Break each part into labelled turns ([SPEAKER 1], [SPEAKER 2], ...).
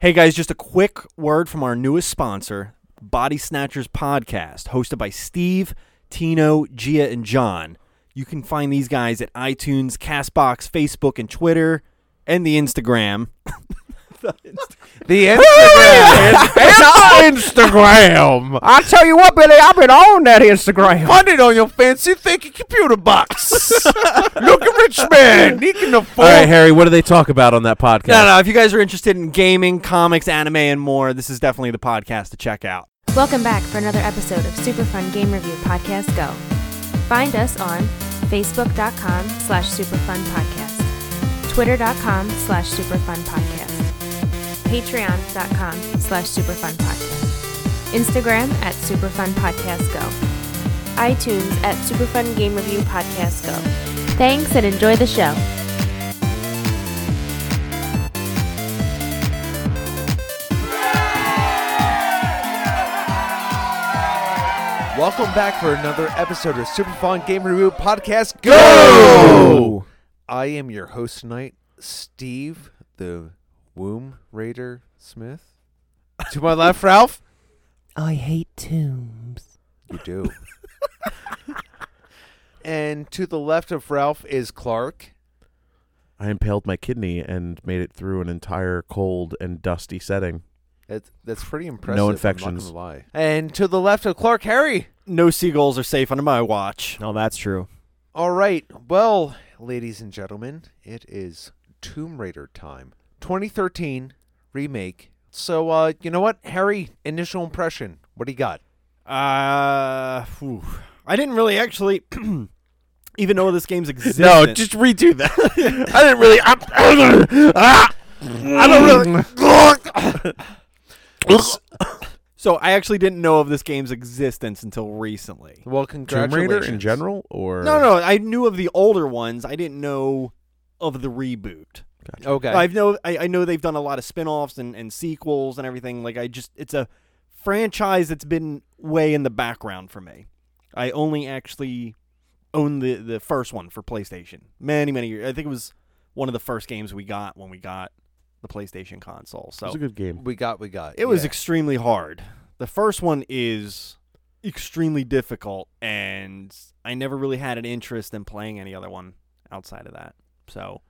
[SPEAKER 1] Hey guys, just a quick word from our newest sponsor, Body Snatchers Podcast, hosted by Steve, Tino, Gia, and John. You can find these guys at iTunes, Castbox, Facebook, and Twitter, and the Instagram.
[SPEAKER 2] The Instagram. it's Instagram.
[SPEAKER 3] I tell you what, Billy, I've been on that Instagram.
[SPEAKER 2] Find it on your fancy thinking computer box. Look at rich man. He can afford.
[SPEAKER 4] All right, Harry, what do they talk about on that podcast?
[SPEAKER 1] No, no, if you guys are interested in gaming, comics, anime, and more, this is definitely the podcast to check out.
[SPEAKER 5] Welcome back for another episode of Superfun Game Review Podcast Go. Find us on Facebook.com slash Superfun Podcast, Twitter.com slash Superfun Podcast, Patreon.com slash Superfun Podcast, Instagram at Superfun Podcast Go, iTunes at Superfun Game Review Podcast Go. Thanks and enjoy the show.
[SPEAKER 2] Welcome back for another episode of Super Fun Game Review Podcast. Go! I am your host tonight, Steve, the Womb Raider Smith. To my left, Ralph.
[SPEAKER 3] I hate tombs.
[SPEAKER 2] You do. and to the left of Ralph is Clark.
[SPEAKER 4] I impaled my kidney and made it through an entire cold and dusty setting.
[SPEAKER 2] That's, that's pretty impressive.
[SPEAKER 4] infections.
[SPEAKER 2] I'm not gonna lie. And to the left of Clark, Harry.
[SPEAKER 1] No seagulls are safe under my watch.
[SPEAKER 3] No, that's true.
[SPEAKER 2] All right. Well, ladies and gentlemen, it is Tomb Raider time. 2013 remake. So, uh, you know what, Harry? Initial impression. What do you got?
[SPEAKER 1] Uh, phew. I didn't really actually even know this game's existence.
[SPEAKER 4] No, just redo that. I didn't really. I'm, ah, I don't
[SPEAKER 3] Mm.
[SPEAKER 4] really.
[SPEAKER 1] So I actually didn't know of this game's existence until recently.
[SPEAKER 2] Well,
[SPEAKER 4] Tomb
[SPEAKER 2] congratulations.
[SPEAKER 4] Raider in general, or
[SPEAKER 1] No, no, I knew of the older ones. I didn't know of the reboot.
[SPEAKER 2] Okay.
[SPEAKER 1] I've know I, I know they've done a lot of spin-offs and, and sequels and everything. Like I just it's a franchise that's been way in the background for me. I only actually own the the first one for PlayStation. Many many years. I think it was one of the first games we got when we got the PlayStation console. So
[SPEAKER 4] It was a good game.
[SPEAKER 2] we got, we got.
[SPEAKER 1] It was
[SPEAKER 2] Yeah.
[SPEAKER 1] extremely hard. The first one is extremely difficult, and I never really had an interest in playing any other one outside of that. So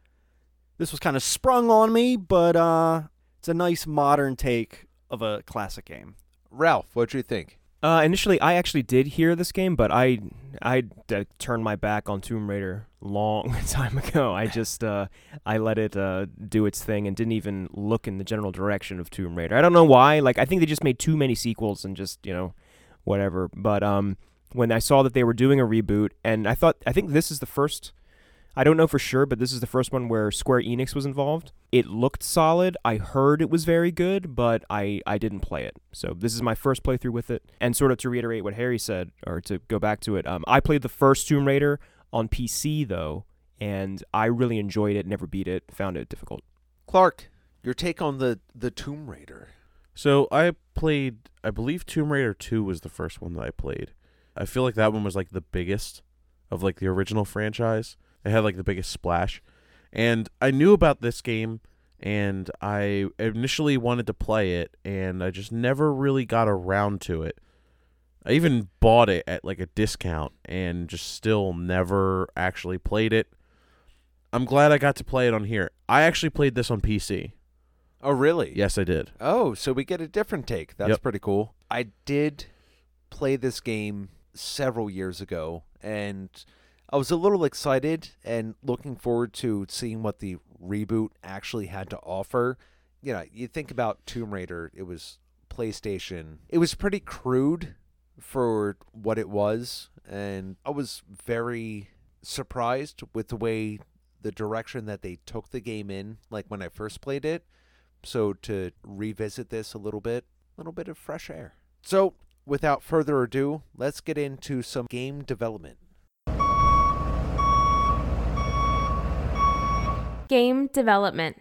[SPEAKER 1] this was kind of sprung on me, but uh, it's a nice modern take of a classic game.
[SPEAKER 2] Ralph, what'd you think?
[SPEAKER 3] Uh, initially, I actually did hear this game, but I I uh, turned my back on Tomb Raider long time ago. I just uh, I let it uh, do its thing and didn't even look in the general direction of Tomb Raider. I don't know why. Like I think they just made too many sequels and just you know whatever. But um, when I saw that they were doing a reboot, and I thought I think this is the first. I don't know for sure, but this is the first one where Square Enix was involved. It looked solid. I heard it was very good, but I, I didn't play it. So this is my first playthrough with it. And sort of to reiterate what Harry said, or to go back to it, um, I played the first Tomb Raider on PC though, and I really enjoyed it. Never beat it. Found it difficult.
[SPEAKER 2] Clark, your take on the, the Tomb Raider.
[SPEAKER 4] So I played. I believe Tomb Raider Two was the first one that I played. I feel like that one was like the biggest of like the original franchise. It had like the biggest splash, and I knew about this game, and I initially wanted to play it, and I just never really got around to it. I even bought it at like a discount, and just still never actually played it. I'm glad I got to play it on here. I actually played this on PC.
[SPEAKER 2] Oh, really?
[SPEAKER 4] Yes, I did.
[SPEAKER 2] Oh, so we get a different take. That's
[SPEAKER 4] Yep.
[SPEAKER 2] pretty cool. I did play this game several years ago, and I was a little excited and looking forward to seeing what the reboot actually had to offer. You know, you think about Tomb Raider, it was PlayStation. It was pretty crude for what it was, and I was very surprised with the way the direction that they took the game in, like when I first played it. So to revisit this a little bit, a little bit of fresh air. So without further ado, let's get into some game development.
[SPEAKER 5] Game development.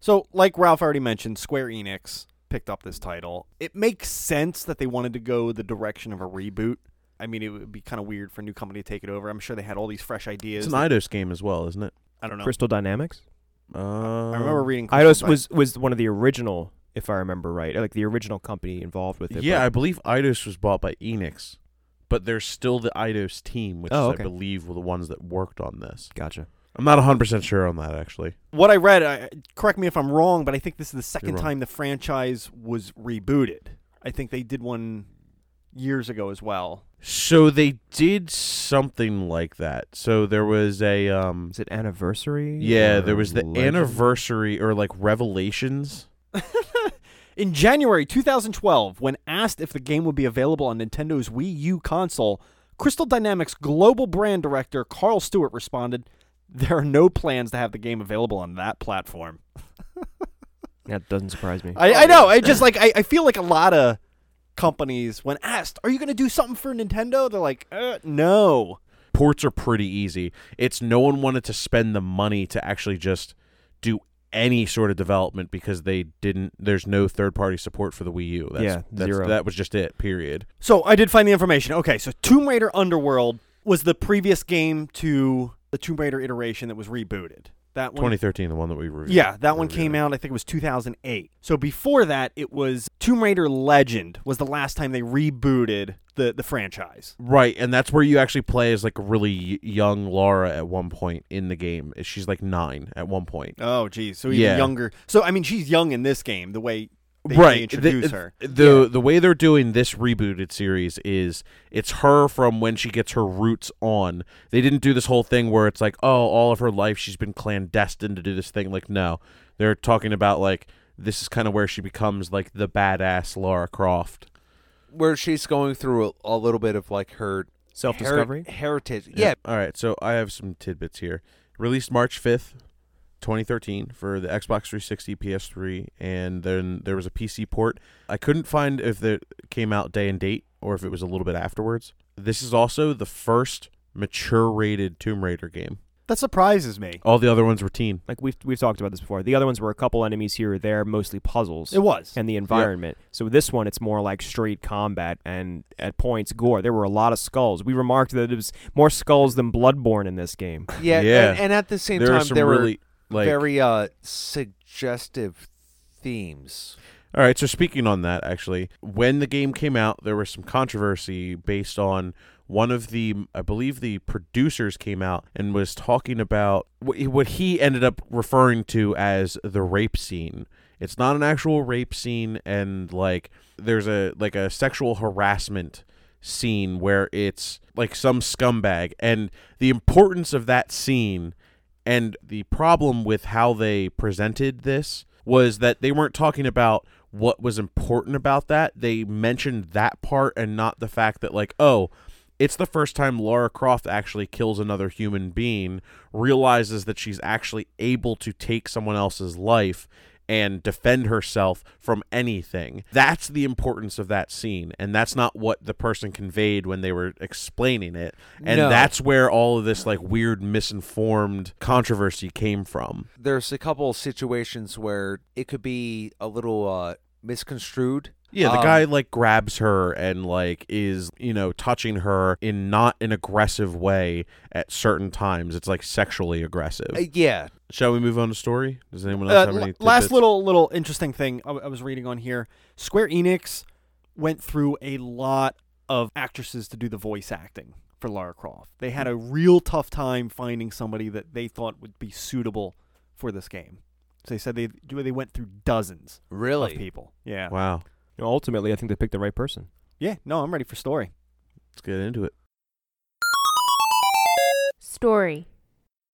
[SPEAKER 1] So, like Ralph already mentioned, Square Enix picked up this title. It makes sense that they wanted to go the direction of a reboot. I mean, it would be kind of weird for a new company to take it over. I'm sure they had all these fresh ideas.
[SPEAKER 4] It's an
[SPEAKER 1] that-
[SPEAKER 4] Eidos game as well, isn't it?
[SPEAKER 1] I don't know.
[SPEAKER 3] Crystal Dynamics.
[SPEAKER 6] Um,
[SPEAKER 4] Uh,
[SPEAKER 1] I remember reading.
[SPEAKER 6] Eidos
[SPEAKER 1] Crystal
[SPEAKER 6] was was one of the original, if I remember right, like the original company involved with it.
[SPEAKER 4] Yeah, I
[SPEAKER 6] but-
[SPEAKER 4] believe Eidos was bought by Enix, but there's still the Eidos team, which
[SPEAKER 6] Oh,
[SPEAKER 4] is,
[SPEAKER 6] okay.
[SPEAKER 4] I believe were the ones that worked on this.
[SPEAKER 6] gotcha.
[SPEAKER 4] I'm not 100% sure on that, actually.
[SPEAKER 1] Bite. what I read. I, correct me if I'm wrong, but I think this is the second
[SPEAKER 4] wrong.
[SPEAKER 1] time the franchise was rebooted. I think they did one years ago as well.
[SPEAKER 4] So they did something like that. So there was a. um
[SPEAKER 6] Is it anniversary?
[SPEAKER 4] Yeah,
[SPEAKER 6] or
[SPEAKER 4] there was the
[SPEAKER 6] Legend?
[SPEAKER 4] anniversary or like Revelations.
[SPEAKER 1] In January 2012, when asked if the game would be available on Nintendo's Wii U console, Crystal Dynamics global brand director Carl Stewart responded, There are no plans to have the game available on that platform.
[SPEAKER 6] That doesn't surprise me.
[SPEAKER 1] I, I know. I just like, I, I feel like a lot of companies, when asked, Are you going to do something for Nintendo? They're like, uh, No.
[SPEAKER 4] Ports are pretty easy. It's no one wanted to spend the money to actually just do any sort of development because they didn't there's no third party support for the Wii U. That's,
[SPEAKER 6] Yeah,
[SPEAKER 4] that's,
[SPEAKER 6] zero.
[SPEAKER 4] That was just it, period.
[SPEAKER 1] So I did find the information. Okay, so Tomb Raider Underworld was the previous game to the Tomb Raider iteration that was rebooted. That one
[SPEAKER 4] 2013, the one that we reviewed.
[SPEAKER 1] Yeah, that one came
[SPEAKER 4] Reviewed.
[SPEAKER 1] out. I think it was 2008. So before that, it was Tomb Raider Legend was the last time they rebooted the the franchise.
[SPEAKER 4] Right, and that's where you actually play as like a really y- young Lara at one point in the game. She's like nine at one point.
[SPEAKER 1] Oh, geez. So even
[SPEAKER 4] Yeah.
[SPEAKER 1] younger. So I mean, she's young in this game. The way they,
[SPEAKER 4] right,
[SPEAKER 1] they introduce
[SPEAKER 4] the,
[SPEAKER 1] her.
[SPEAKER 4] The the way they're doing this rebooted series is it's her from when she gets her roots on. They didn't do this whole thing where it's like, oh, all of her life she's been clandestine to do this thing. Like, no, they're talking about like this is kind of where she becomes like the badass Lara Croft.
[SPEAKER 2] where she's going through a, a little bit of like her
[SPEAKER 6] Self discovery.
[SPEAKER 2] heri- heritage. Yeah,
[SPEAKER 4] All right, so I have some tidbits here. Released March 5th, 2013 for the Xbox 360, PS3, and then there was a PC port. I couldn't find if it came out day and date or if it was a little bit afterwards. This is also the first mature rated Tomb Raider game.
[SPEAKER 1] That surprises me.
[SPEAKER 4] All the other ones were teen.
[SPEAKER 6] Like we've we've talked about this before. The other ones were a couple enemies here or there, mostly puzzles.
[SPEAKER 1] It was.
[SPEAKER 6] and the environment. So this one, it's more like straight combat, and at points, gore. There were a lot of skulls. We remarked that it was more skulls than Bloodborne in this game.
[SPEAKER 2] yeah.
[SPEAKER 4] Yeah.
[SPEAKER 2] And, and at the same
[SPEAKER 4] There are
[SPEAKER 2] time,
[SPEAKER 4] some
[SPEAKER 2] there were
[SPEAKER 4] really like
[SPEAKER 2] very uh, suggestive themes.
[SPEAKER 4] All right, so speaking on that, actually, when the game came out, there was some controversy based on one of the, I believe the producers came out and was talking about what he- what he ended up referring to as the rape scene. It's not an actual rape scene, and like there's a like a sexual harassment scene where it's like some scumbag, and the importance of that scene and the problem with how they presented this was that they weren't talking about what was important about that. They mentioned that part and not the fact that, like, oh, it's the first time Laura Croft actually kills another human being, realizes that she's actually able to take someone else's life and defend herself from anything. That's the importance of that scene. And that's not what the person conveyed when they were explaining it. And
[SPEAKER 2] No.
[SPEAKER 4] that's where all of this like weird misinformed controversy came from.
[SPEAKER 2] There's a couple of situations where it could be a little uh, misconstrued.
[SPEAKER 4] Yeah, the
[SPEAKER 2] Um,
[SPEAKER 4] guy like grabs her and like is, you know, touching her in not an aggressive way at certain times. It's like sexually aggressive.
[SPEAKER 2] Uh, yeah,
[SPEAKER 4] Shall we move on to story? Does anyone else
[SPEAKER 1] Uh,
[SPEAKER 4] have
[SPEAKER 1] la-
[SPEAKER 4] any
[SPEAKER 1] last
[SPEAKER 4] tidbits?
[SPEAKER 1] little little interesting thing I, I was reading on here. Square Enix went through a lot of actresses to do the voice acting for Lara Croft. They had a real tough time finding somebody that they thought would be suitable for this game. So they said they they went through dozens of
[SPEAKER 2] really.
[SPEAKER 1] people. Yeah.
[SPEAKER 4] Wow.
[SPEAKER 6] You know, ultimately, I think they picked the right person.
[SPEAKER 1] Yeah, no, I'm ready for story.
[SPEAKER 4] Let's get into it.
[SPEAKER 5] Story.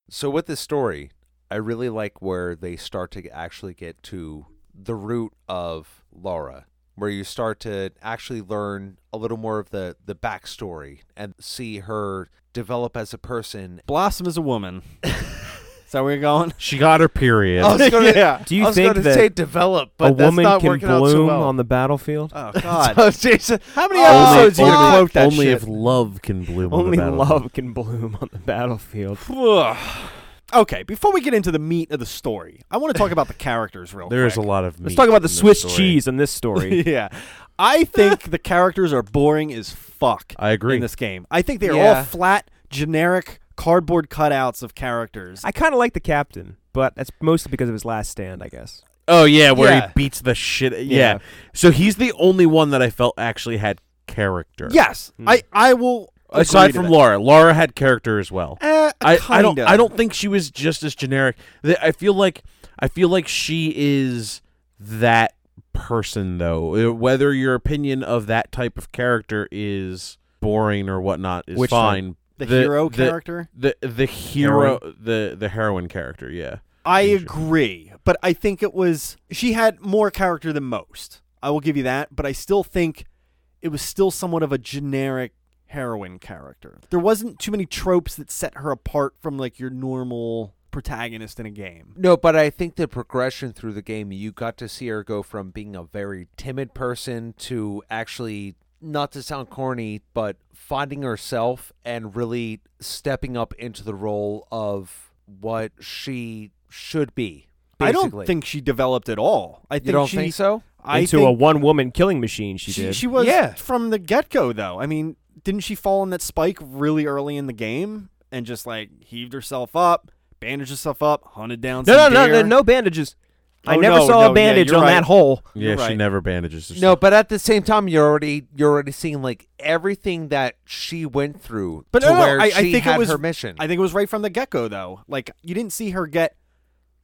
[SPEAKER 2] So with this story, I really like where they start to actually get to the root of Laura, where you start to actually learn a little more of the the backstory and see her develop as a person.
[SPEAKER 1] Blossom is a woman. is that where you're going?
[SPEAKER 4] She got her period.
[SPEAKER 2] I was gonna-
[SPEAKER 1] yeah.
[SPEAKER 6] Do you
[SPEAKER 2] I was
[SPEAKER 6] think
[SPEAKER 2] gonna
[SPEAKER 6] that
[SPEAKER 2] say develop, but
[SPEAKER 6] a
[SPEAKER 2] that's
[SPEAKER 6] woman
[SPEAKER 2] not
[SPEAKER 6] can
[SPEAKER 2] working out
[SPEAKER 6] bloom
[SPEAKER 2] so well.
[SPEAKER 6] on the battleod?
[SPEAKER 1] Oh God.
[SPEAKER 2] So, Jason,
[SPEAKER 1] How many
[SPEAKER 2] Oh,
[SPEAKER 1] episodes
[SPEAKER 2] only-
[SPEAKER 1] you gonna
[SPEAKER 2] only-
[SPEAKER 1] quote that
[SPEAKER 4] only
[SPEAKER 1] shit?
[SPEAKER 4] if love can bloom.
[SPEAKER 6] Only
[SPEAKER 4] on the
[SPEAKER 6] love can bloom on the battlefield.
[SPEAKER 1] okay, before we get into the meat of the story, I want to talk about the characters real
[SPEAKER 4] There
[SPEAKER 1] quick.
[SPEAKER 4] is a lot of.
[SPEAKER 6] Let's
[SPEAKER 4] meat
[SPEAKER 6] talk about
[SPEAKER 4] in
[SPEAKER 6] the
[SPEAKER 4] this
[SPEAKER 6] Swiss
[SPEAKER 4] story.
[SPEAKER 6] cheese in this story.
[SPEAKER 1] yeah. I think the characters are boring as fuck
[SPEAKER 4] I agree.
[SPEAKER 1] in this game. I think they are all
[SPEAKER 2] Yeah.
[SPEAKER 1] flat, generic cardboard cutouts of characters.
[SPEAKER 6] I kind of like the captain.
[SPEAKER 3] but that's mostly because of his last stand, I guess.
[SPEAKER 4] Oh yeah, where
[SPEAKER 1] Yeah.
[SPEAKER 4] he beats the shit. Yeah. So he's the only one that I felt actually had character.
[SPEAKER 1] Yes,
[SPEAKER 3] Hmm.
[SPEAKER 1] I I will. agree
[SPEAKER 4] Aside
[SPEAKER 1] to
[SPEAKER 4] from
[SPEAKER 1] that.
[SPEAKER 4] Laura, Laura had character as well.
[SPEAKER 1] Eh,
[SPEAKER 4] I, I don't
[SPEAKER 1] kinda.
[SPEAKER 4] I don't think she was just as generic. Th- I feel like I feel like she is that person though. Uh, Whether your opinion of that type of character is boring or whatnot is
[SPEAKER 2] Which
[SPEAKER 4] fine.
[SPEAKER 1] the,
[SPEAKER 4] the-
[SPEAKER 1] hero
[SPEAKER 4] the-
[SPEAKER 1] character.
[SPEAKER 4] The the hero the the heroine character, yeah.
[SPEAKER 1] I
[SPEAKER 4] Asian.
[SPEAKER 1] agree, but I think it was she had more character than most. I will give you that, but I still think it was still somewhat of a generic heroine character. There wasn't too many tropes that set her apart from like your normal protagonist in a game.
[SPEAKER 2] No, but I think the progression through the game, you got to see her go from being a very timid person to actually, not to sound corny, but finding herself and really stepping up into the role of what she should be.
[SPEAKER 1] I
[SPEAKER 2] Basically.
[SPEAKER 1] don't think she developed at all. I think
[SPEAKER 2] you don't
[SPEAKER 1] she,
[SPEAKER 2] think so.
[SPEAKER 1] I
[SPEAKER 3] Into
[SPEAKER 1] think
[SPEAKER 3] a one-woman killing machine, she,
[SPEAKER 1] she,
[SPEAKER 3] did.
[SPEAKER 1] she was
[SPEAKER 2] Yeah.
[SPEAKER 1] from the get go though. I mean, didn't she fall in that spike really early in the game and just like heaved herself up, bandaged herself up, hunted down?
[SPEAKER 3] no, no,
[SPEAKER 1] some
[SPEAKER 3] no,
[SPEAKER 1] deer?
[SPEAKER 3] no, no bandages. I
[SPEAKER 1] Oh,
[SPEAKER 3] never
[SPEAKER 1] no,
[SPEAKER 3] saw
[SPEAKER 1] no,
[SPEAKER 3] a
[SPEAKER 1] yeah,
[SPEAKER 3] bandage
[SPEAKER 1] you're
[SPEAKER 3] on
[SPEAKER 1] right.
[SPEAKER 3] that hole.
[SPEAKER 4] Yeah,
[SPEAKER 1] You're
[SPEAKER 4] she
[SPEAKER 1] right.
[SPEAKER 4] never bandages herself.
[SPEAKER 2] No, but at the same time, you're already you're already seeing like everything that she went through
[SPEAKER 1] But
[SPEAKER 2] to
[SPEAKER 1] no, no,
[SPEAKER 2] where
[SPEAKER 1] I- I
[SPEAKER 2] she
[SPEAKER 1] think it
[SPEAKER 2] had
[SPEAKER 1] was-
[SPEAKER 2] her mission.
[SPEAKER 1] I think it was right from the get go though. Like you didn't see her get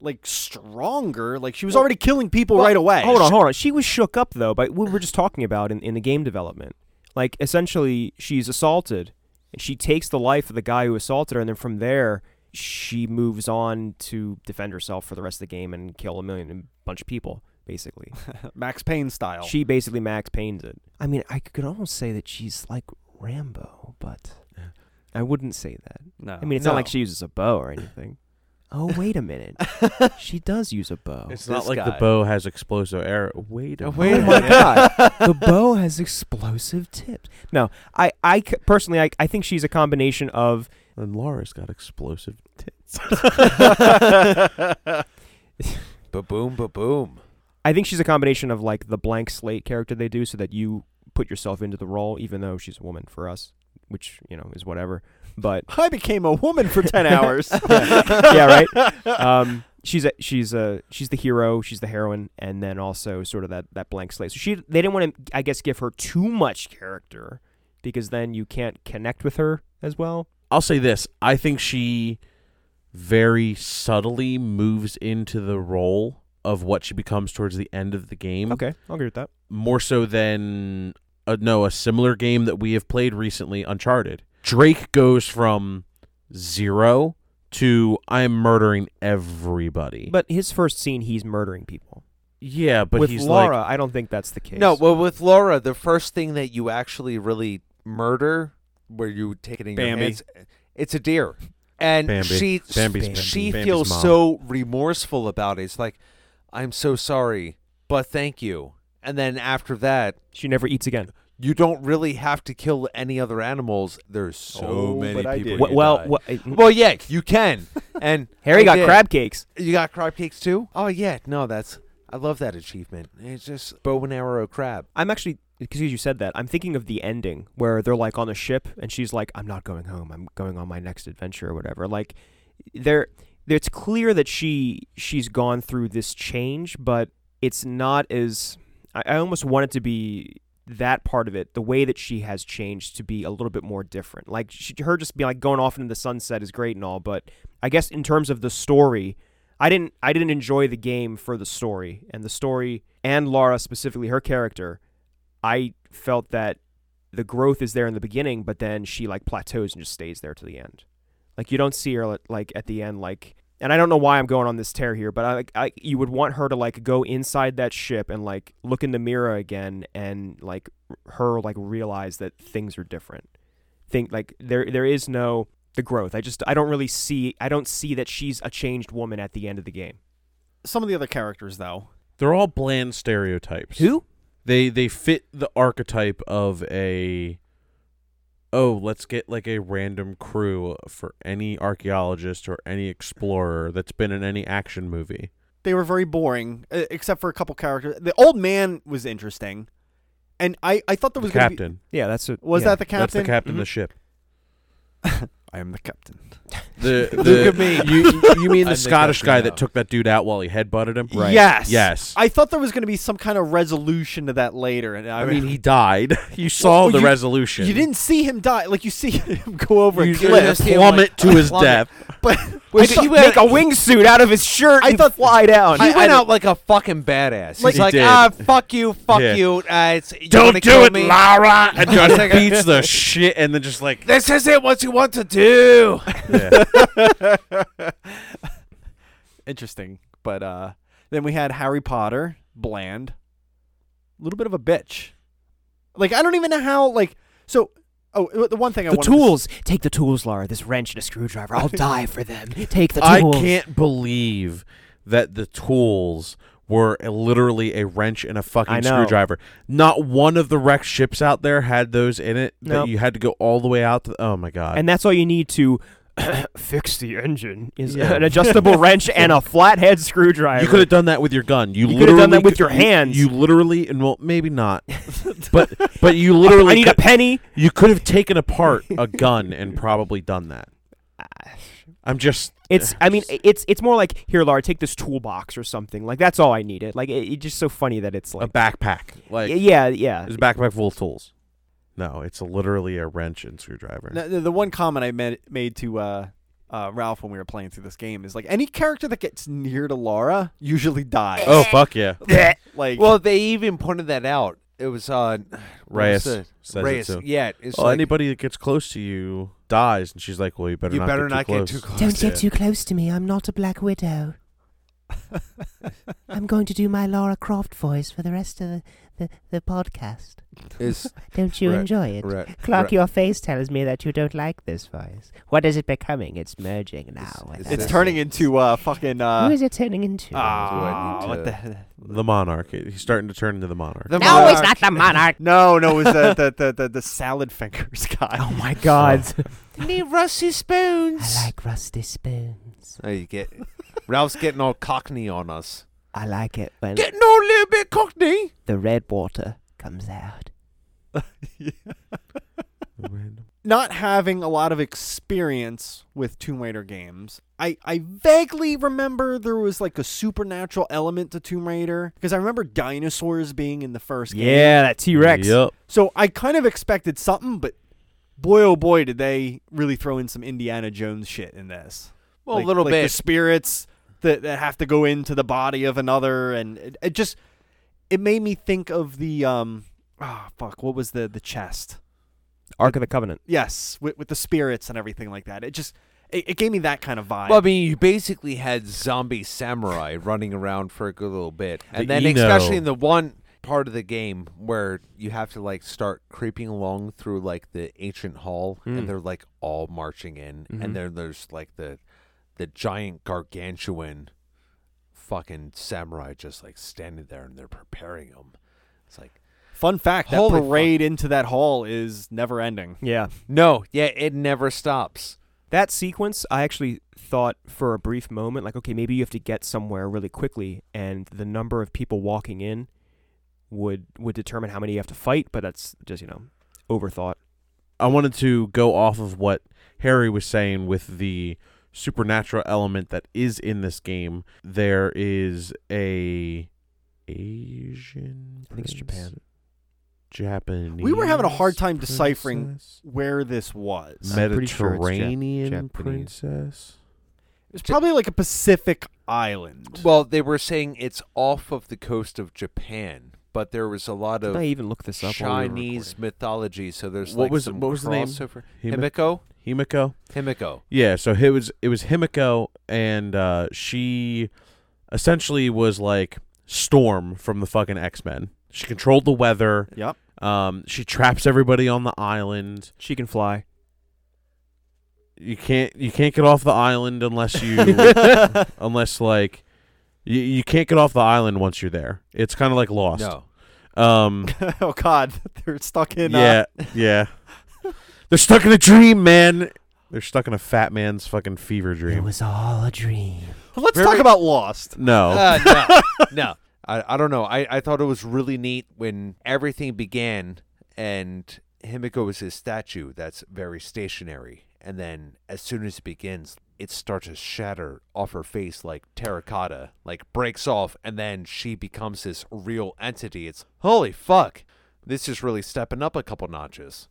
[SPEAKER 1] like stronger. Like she was already killing people
[SPEAKER 3] Well,
[SPEAKER 1] right away.
[SPEAKER 3] Hold on, hold on. She was shook up though, but we were just talking about in, in the game development. Like essentially, she's assaulted, and she takes the life of the guy who assaulted her, and then from there, she moves on to defend herself for the rest of the game and kill a million and bunch of people. Basically,
[SPEAKER 1] Max Payne style.
[SPEAKER 3] she basically Max Payne's it. I mean, I could almost say that she's like Rambo, but I wouldn't say that.
[SPEAKER 1] no.
[SPEAKER 3] I mean, it's
[SPEAKER 2] No.
[SPEAKER 3] not like she uses a bow or anything. oh, wait a minute. she does use a bow. Oh
[SPEAKER 4] It's not
[SPEAKER 2] This
[SPEAKER 4] like the
[SPEAKER 2] guy.
[SPEAKER 4] bow has explosive arrow. Wait a
[SPEAKER 2] Wait a
[SPEAKER 4] minute.
[SPEAKER 2] minute.
[SPEAKER 3] god, the bow has explosive tips. No, I, I c- personally, I, I think she's a combination of.
[SPEAKER 4] And Laura's got explosive tits.
[SPEAKER 2] Ba boom, ba boom.
[SPEAKER 3] I think she's a combination of like the blank slate character they do, so that you put yourself into the role, even though she's a woman for us, which you know is whatever. But
[SPEAKER 1] I became a woman for ten hours.
[SPEAKER 3] yeah, right. Um, she's a, she's a she's the hero, she's the heroine, and then also sort of that that blank slate. So she they didn't want to, I guess, give her too much character because then you can't connect with her as well.
[SPEAKER 4] I'll say this. I think she very subtly moves into the role of what she becomes towards the end of the
[SPEAKER 2] Mm-hmm.
[SPEAKER 4] game.
[SPEAKER 3] Okay, I'll agree with that.
[SPEAKER 4] More so than uh no, a similar game that we have played recently, Uncharted. Drake goes from zero to I'm murdering everybody.
[SPEAKER 3] But his first scene, he's murdering people.
[SPEAKER 4] yeah, but
[SPEAKER 3] with
[SPEAKER 4] he's
[SPEAKER 3] Laura,
[SPEAKER 4] like
[SPEAKER 3] I don't think that's the case.
[SPEAKER 2] No, well, with Laura, the first thing that you actually really murder, where you take it in your
[SPEAKER 1] Bambi.
[SPEAKER 2] hands, it's a deer, and
[SPEAKER 4] Bambi.
[SPEAKER 2] she
[SPEAKER 4] Bambi's
[SPEAKER 2] she
[SPEAKER 4] Bambi's
[SPEAKER 2] feels
[SPEAKER 4] mom.
[SPEAKER 2] so remorseful about it. It's like, I'm so sorry, but thank you. And then after that,
[SPEAKER 3] she never eats again.
[SPEAKER 2] you don't really have to kill any other animals. There's so
[SPEAKER 1] Oh,
[SPEAKER 2] many
[SPEAKER 1] but I
[SPEAKER 2] people.
[SPEAKER 1] did.
[SPEAKER 2] you
[SPEAKER 3] Well, well,
[SPEAKER 2] die.
[SPEAKER 3] well,
[SPEAKER 2] well, yeah, you can. And
[SPEAKER 3] Harry
[SPEAKER 2] I
[SPEAKER 3] got
[SPEAKER 2] did.
[SPEAKER 3] crab cakes.
[SPEAKER 2] You got crab cakes too? Oh yeah, no, that's I love that achievement. It's just bow and arrow crab.
[SPEAKER 3] I'm actually because you said that. I'm thinking of the ending where they're like on a ship and she's like, "I'm not going home. I'm going on my next adventure or whatever." Like, there, it's clear that she she's gone through this change, but it's not as I, I almost want it to be that part of it the way that she has changed to be a little bit more different like she, her just be like going off into the sunset is great and all but i guess in terms of the story i didn't i didn't enjoy the game for the story and the story and laura specifically her character i felt that the growth is there in the beginning but then she like plateaus and just stays there to the end like you don't see her li- like at the end like and I don't know why I'm going on this tear here, but I, like, I you would want her to like go inside that ship and like look in the mirror again and like r- her like realize that things are different. Think like there there is no the growth. I just I don't really see I don't see that she's a changed woman at the end of the game.
[SPEAKER 1] Some of the other characters though.
[SPEAKER 4] they're all bland stereotypes.
[SPEAKER 3] Who?
[SPEAKER 4] they they fit the archetype of a oh let's get like a random crew for any archaeologist or any explorer that's been in any action movie
[SPEAKER 1] They were very boring, uh, except for a couple characters. The old man was interesting, and I, I thought there was
[SPEAKER 4] the
[SPEAKER 1] gonna be- Mm-hmm.
[SPEAKER 4] captain
[SPEAKER 3] Yeah, that's a,
[SPEAKER 1] was
[SPEAKER 3] yeah.
[SPEAKER 1] that the
[SPEAKER 4] that's the
[SPEAKER 1] captain?
[SPEAKER 4] captain of the ship
[SPEAKER 1] I am the captain.
[SPEAKER 4] The, the
[SPEAKER 2] Look at me.
[SPEAKER 4] You, you mean
[SPEAKER 2] I
[SPEAKER 4] the
[SPEAKER 2] think
[SPEAKER 4] Scottish
[SPEAKER 2] that's
[SPEAKER 4] guy
[SPEAKER 2] enough.
[SPEAKER 4] that took that dude out while he headbutted him?
[SPEAKER 2] Right.
[SPEAKER 1] Yes.
[SPEAKER 4] Yes.
[SPEAKER 1] I thought there was going to be some kind of resolution to that later, and I,
[SPEAKER 4] I mean, he died. You saw
[SPEAKER 1] Well,
[SPEAKER 4] the
[SPEAKER 1] you-
[SPEAKER 4] resolution.
[SPEAKER 1] you didn't see him die. Like you see him go over
[SPEAKER 2] You
[SPEAKER 1] a
[SPEAKER 2] didn't
[SPEAKER 1] cliff,
[SPEAKER 2] just see him,
[SPEAKER 4] plummet
[SPEAKER 2] like,
[SPEAKER 4] to his
[SPEAKER 2] plummet.
[SPEAKER 4] death.
[SPEAKER 1] but
[SPEAKER 6] I
[SPEAKER 1] but
[SPEAKER 6] thought
[SPEAKER 1] some-
[SPEAKER 6] you make a wingsuit out of his shirt
[SPEAKER 1] I
[SPEAKER 6] and
[SPEAKER 1] thought-
[SPEAKER 6] fly down.
[SPEAKER 2] He
[SPEAKER 1] I-
[SPEAKER 2] went
[SPEAKER 1] I-
[SPEAKER 2] out like a fucking badass.
[SPEAKER 1] Like-
[SPEAKER 2] He's
[SPEAKER 1] He
[SPEAKER 2] like,
[SPEAKER 4] did.
[SPEAKER 2] ah, fuck you, fuck
[SPEAKER 4] Yeah.
[SPEAKER 2] you. Uh, it's, you
[SPEAKER 4] Don't
[SPEAKER 2] wanna
[SPEAKER 4] do
[SPEAKER 2] kill
[SPEAKER 4] it,
[SPEAKER 2] me?
[SPEAKER 4] Lara! And
[SPEAKER 2] Just
[SPEAKER 4] just
[SPEAKER 2] like-
[SPEAKER 4] beats the shit, and then just like
[SPEAKER 2] This isn't what you want to do.
[SPEAKER 4] yeah.
[SPEAKER 1] interesting. But uh, then we had Harry Potter, bland, a little bit of a bitch. Like I don't even know how. Like so. Oh, the one thing I
[SPEAKER 6] the
[SPEAKER 1] wanted to s-
[SPEAKER 6] tools. Take the tools, Lara. This wrench and a screwdriver. I'll die for them. Take the
[SPEAKER 4] I
[SPEAKER 6] tools.
[SPEAKER 4] can't believe that the tools were a- literally a wrench and a
[SPEAKER 6] I
[SPEAKER 4] fucking
[SPEAKER 6] know.
[SPEAKER 4] screwdriver. Not one of the wrecked ships out there had those in it
[SPEAKER 6] Nope.
[SPEAKER 4] that you had to go all the way out to. Oh my
[SPEAKER 2] Uh,
[SPEAKER 4] god!
[SPEAKER 6] And that's all you need to fix the engine is
[SPEAKER 4] Yeah.
[SPEAKER 6] an adjustable wrench and a flathead screwdriver.
[SPEAKER 4] you could have done that with your gun. You,
[SPEAKER 6] You could have
[SPEAKER 4] literally
[SPEAKER 6] done that with your
[SPEAKER 4] you-
[SPEAKER 6] hands.
[SPEAKER 4] You, literally, and well, maybe not, but but you literally.
[SPEAKER 6] I need a
[SPEAKER 4] could-
[SPEAKER 6] penny.
[SPEAKER 4] you could have taken apart a gun and probably done that. I'm just.
[SPEAKER 6] It's. I mean, it's. It's more like here, Lara. Take this toolbox or something. Like that's all I needed. Like it, it's just so funny that it's
[SPEAKER 4] a
[SPEAKER 6] like.
[SPEAKER 4] backpack. Like
[SPEAKER 6] yeah, yeah.
[SPEAKER 4] it's a backpack full of tools. No, it's a, literally a wrench and screwdriver.
[SPEAKER 1] No, the, the one comment I made, made to uh, uh, Ralph when we were playing through this game is like any character that gets near to Laura usually dies.
[SPEAKER 4] Oh fuck yeah!
[SPEAKER 1] like
[SPEAKER 2] Well, they even pointed that out. It was on
[SPEAKER 4] Reyes
[SPEAKER 2] the,
[SPEAKER 4] says
[SPEAKER 2] Reyes.
[SPEAKER 4] it too.
[SPEAKER 2] Yeah, it's
[SPEAKER 4] Well,
[SPEAKER 2] like,
[SPEAKER 4] anybody that gets close to you dies, and she's like, "Well, you better
[SPEAKER 2] you
[SPEAKER 4] not
[SPEAKER 2] better
[SPEAKER 4] get
[SPEAKER 2] not
[SPEAKER 4] too
[SPEAKER 2] get
[SPEAKER 4] close."
[SPEAKER 2] too close.
[SPEAKER 3] Don't get
[SPEAKER 4] Yeah.
[SPEAKER 3] too close to me. I'm not a black widow. I'm going to do my Lara Croft voice for the rest of the, the, the podcast.
[SPEAKER 2] It's
[SPEAKER 3] Don't you
[SPEAKER 2] Right,
[SPEAKER 3] enjoy it?
[SPEAKER 2] right,
[SPEAKER 3] Clark,
[SPEAKER 2] right.
[SPEAKER 3] your face tells me that you don't like this voice. What is it becoming? It's merging now.
[SPEAKER 2] It's-
[SPEAKER 3] with
[SPEAKER 2] it's
[SPEAKER 1] it's
[SPEAKER 3] us.
[SPEAKER 2] That's
[SPEAKER 1] turning into uh, fucking.
[SPEAKER 3] Who
[SPEAKER 1] Uh,
[SPEAKER 3] is it turning into?
[SPEAKER 1] ah,
[SPEAKER 2] Do I need
[SPEAKER 1] what
[SPEAKER 2] to-
[SPEAKER 1] the he-
[SPEAKER 4] The monarch. He's starting to turn into the monarch.
[SPEAKER 2] The
[SPEAKER 3] no, it's not
[SPEAKER 2] monarch.
[SPEAKER 3] the monarch.
[SPEAKER 1] No, no, it was the the, the, the the salad fingers guy.
[SPEAKER 6] Oh my God!
[SPEAKER 2] Need rusty spoons.
[SPEAKER 3] I like rusty spoons.
[SPEAKER 2] Oh, you get Ralph's getting all cockney on us.
[SPEAKER 3] I like it when
[SPEAKER 2] Getting all a little bit cockney.
[SPEAKER 3] the red water comes out.
[SPEAKER 1] Not having a lot of experience with Tomb Raider games, I, I vaguely remember there was like a supernatural element to Tomb Raider because I remember dinosaurs being in the first game.
[SPEAKER 6] yeah, that T Rex.
[SPEAKER 4] Yep.
[SPEAKER 1] So I kind of expected something, but boy, oh boy, did they really throw in some Indiana Jones shit in this.
[SPEAKER 2] Well,
[SPEAKER 1] Like-
[SPEAKER 2] a little
[SPEAKER 1] like The
[SPEAKER 2] bit.
[SPEAKER 1] spirits that, that have to go into the body of another, and it, it just it made me think of the um ah fuck, what was the the chest?
[SPEAKER 6] Ark of the Covenant.
[SPEAKER 1] Yes, with, with the spirits and everything like that. It just it, it gave me that kind of vibe.
[SPEAKER 2] Well, I mean, you basically had zombie samurai running around for a good little bit, and
[SPEAKER 4] The
[SPEAKER 2] then
[SPEAKER 4] Eno.
[SPEAKER 2] especially in the one part of the game where you have to like start creeping along through like the ancient hall,
[SPEAKER 6] Mm.
[SPEAKER 2] and they're like all marching in,
[SPEAKER 6] Mhm.
[SPEAKER 2] and then there's like the the giant gargantuan fucking samurai just like standing there, and they're preparing them. It's like
[SPEAKER 1] Fun fact: that
[SPEAKER 2] Holy fuck.
[SPEAKER 1] parade into that hall is never ending.
[SPEAKER 6] Yeah.
[SPEAKER 2] no, yeah, it never stops.
[SPEAKER 6] That sequence, I actually thought for a brief moment, like, okay, maybe you have to get somewhere really quickly, and the number of people walking in would would determine how many you have to fight. But that's just you know, overthought.
[SPEAKER 4] I wanted to go off of what Harry was saying with the supernatural element that is in this game. There is a Asian.
[SPEAKER 6] I think it's Japan.
[SPEAKER 4] Japanese.
[SPEAKER 1] We were having a hard time deciphering
[SPEAKER 4] princess?
[SPEAKER 1] Where this was,
[SPEAKER 6] I'm pretty sure it's Jap-
[SPEAKER 4] Mediterranean
[SPEAKER 6] Japanese.
[SPEAKER 4] princess.
[SPEAKER 1] it's probably like a Pacific island.
[SPEAKER 2] Well, they were saying it's off of the coast of Japan, but there was a lot
[SPEAKER 6] Did
[SPEAKER 2] of
[SPEAKER 6] I even look this up? while we were
[SPEAKER 2] Chinese
[SPEAKER 6] recording?
[SPEAKER 2] mythology. So there's
[SPEAKER 4] What
[SPEAKER 2] like
[SPEAKER 4] was-
[SPEAKER 2] some
[SPEAKER 4] what was the name?
[SPEAKER 2] crossover.
[SPEAKER 4] Himi-
[SPEAKER 2] Himiko.
[SPEAKER 4] Himiko.
[SPEAKER 2] Himiko.
[SPEAKER 4] Yeah, so it was it was Himiko, and uh, she essentially was like Storm from the fucking X Men. She controlled the weather.
[SPEAKER 1] Yep.
[SPEAKER 4] Um, she traps everybody on the island.
[SPEAKER 6] She can fly.
[SPEAKER 4] You can't you can't get off the island unless you unless like you, you can't get off the island once you're there. It's kind of like Lost.
[SPEAKER 2] No.
[SPEAKER 4] Um,
[SPEAKER 1] oh God, they're stuck in. Uh,
[SPEAKER 4] yeah, yeah. They're stuck in a dream, man. They're stuck in a fat man's fucking fever
[SPEAKER 3] It
[SPEAKER 4] dream.
[SPEAKER 3] was all a dream.
[SPEAKER 1] Let's
[SPEAKER 2] Remember-
[SPEAKER 1] talk about Lost.
[SPEAKER 4] No.
[SPEAKER 2] Uh, no. no. I, I don't know. I, I thought it was really neat when everything began and Himiko was his statue that's very stationary. And then as soon as it begins, it starts to shatter off her face like terracotta, like breaks off, and then she becomes this real entity. It's holy fuck. This is really stepping up a couple notches.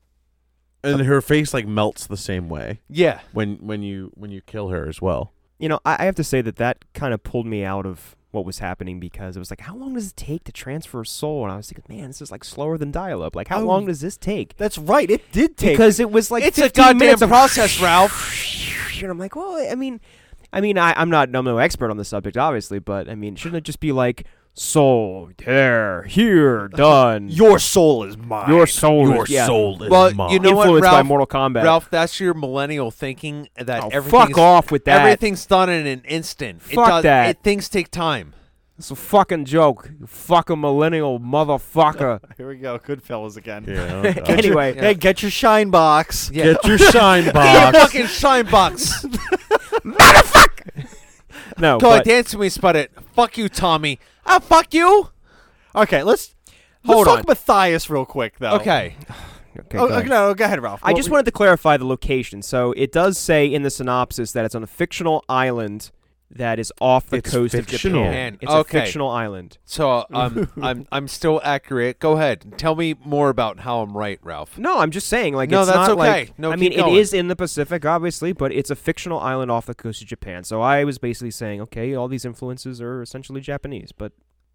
[SPEAKER 4] and her face like melts the same way
[SPEAKER 2] Yeah.
[SPEAKER 4] when when you when you kill her as well.
[SPEAKER 6] You know, I, I have to say that that kind of pulled me out of what was happening because it was like, how long does it take to transfer a soul? And I was thinking, man, this is like slower than dial up. Like, how
[SPEAKER 1] Oh,
[SPEAKER 6] long does this take?
[SPEAKER 1] That's right. It did take.
[SPEAKER 6] Because it was like
[SPEAKER 2] It's a
[SPEAKER 6] 15
[SPEAKER 2] goddamn
[SPEAKER 6] minutes of
[SPEAKER 2] process, Ralph.
[SPEAKER 6] And I'm like, well, I mean, I mean, I, I'm not, I'm no expert on the subject, obviously, but I mean, shouldn't it just be like soul there, here, done,
[SPEAKER 1] your soul is mine.
[SPEAKER 6] your soul, is- yeah.
[SPEAKER 4] soul is
[SPEAKER 2] Well, you know
[SPEAKER 6] influenced
[SPEAKER 2] what,
[SPEAKER 6] by
[SPEAKER 2] Ralph?
[SPEAKER 6] Mortal Kombat.
[SPEAKER 2] Ralph, that's your millennial thinking that
[SPEAKER 6] Oh,
[SPEAKER 2] everything's
[SPEAKER 6] fuck off with that.
[SPEAKER 2] Everything's done in an instant. it
[SPEAKER 6] Fuck
[SPEAKER 2] does,
[SPEAKER 6] that.
[SPEAKER 2] It, things take time.
[SPEAKER 6] It's a fucking joke. You fucking millennial motherfucker.
[SPEAKER 1] Here we go. Goodfellas again.
[SPEAKER 4] yeah, oh, God.
[SPEAKER 6] anyway,
[SPEAKER 2] Yeah.
[SPEAKER 1] Hey, get your shine box.
[SPEAKER 2] Yeah.
[SPEAKER 4] get your shine
[SPEAKER 2] Get
[SPEAKER 4] box.
[SPEAKER 2] your fucking shine box.
[SPEAKER 6] no,
[SPEAKER 2] Go
[SPEAKER 6] Oh, but
[SPEAKER 2] dance with me, spud it. Fuck you, Tommy. Ah, fuck you.
[SPEAKER 1] Okay, let's
[SPEAKER 6] Hold
[SPEAKER 1] let's
[SPEAKER 6] on.
[SPEAKER 1] talk Matthias real quick though.
[SPEAKER 2] Okay.
[SPEAKER 6] Okay,
[SPEAKER 1] Oh,
[SPEAKER 6] go ahead.
[SPEAKER 1] okay, no, go ahead, Ralph.
[SPEAKER 6] I just wanted to clarify the location. So it does say in the synopsis that it's on a fictional island that is off the
[SPEAKER 4] It's
[SPEAKER 6] coast
[SPEAKER 4] fictional.
[SPEAKER 6] of Japan.
[SPEAKER 2] Man,
[SPEAKER 6] It's
[SPEAKER 2] okay.
[SPEAKER 6] a fictional island.
[SPEAKER 2] So I'm I'm I'm still accurate. Go ahead. Tell me more about how I'm right, Ralph.
[SPEAKER 6] No, I'm just saying, like,
[SPEAKER 2] No,
[SPEAKER 6] it's
[SPEAKER 2] that's
[SPEAKER 6] not
[SPEAKER 2] okay.
[SPEAKER 6] like.
[SPEAKER 2] No,
[SPEAKER 6] I
[SPEAKER 2] keep
[SPEAKER 6] mean,
[SPEAKER 2] going.
[SPEAKER 6] it is in the Pacific, obviously, but it's a fictional island off the coast of Japan. So I was basically saying, okay, all these influences are essentially Japanese, but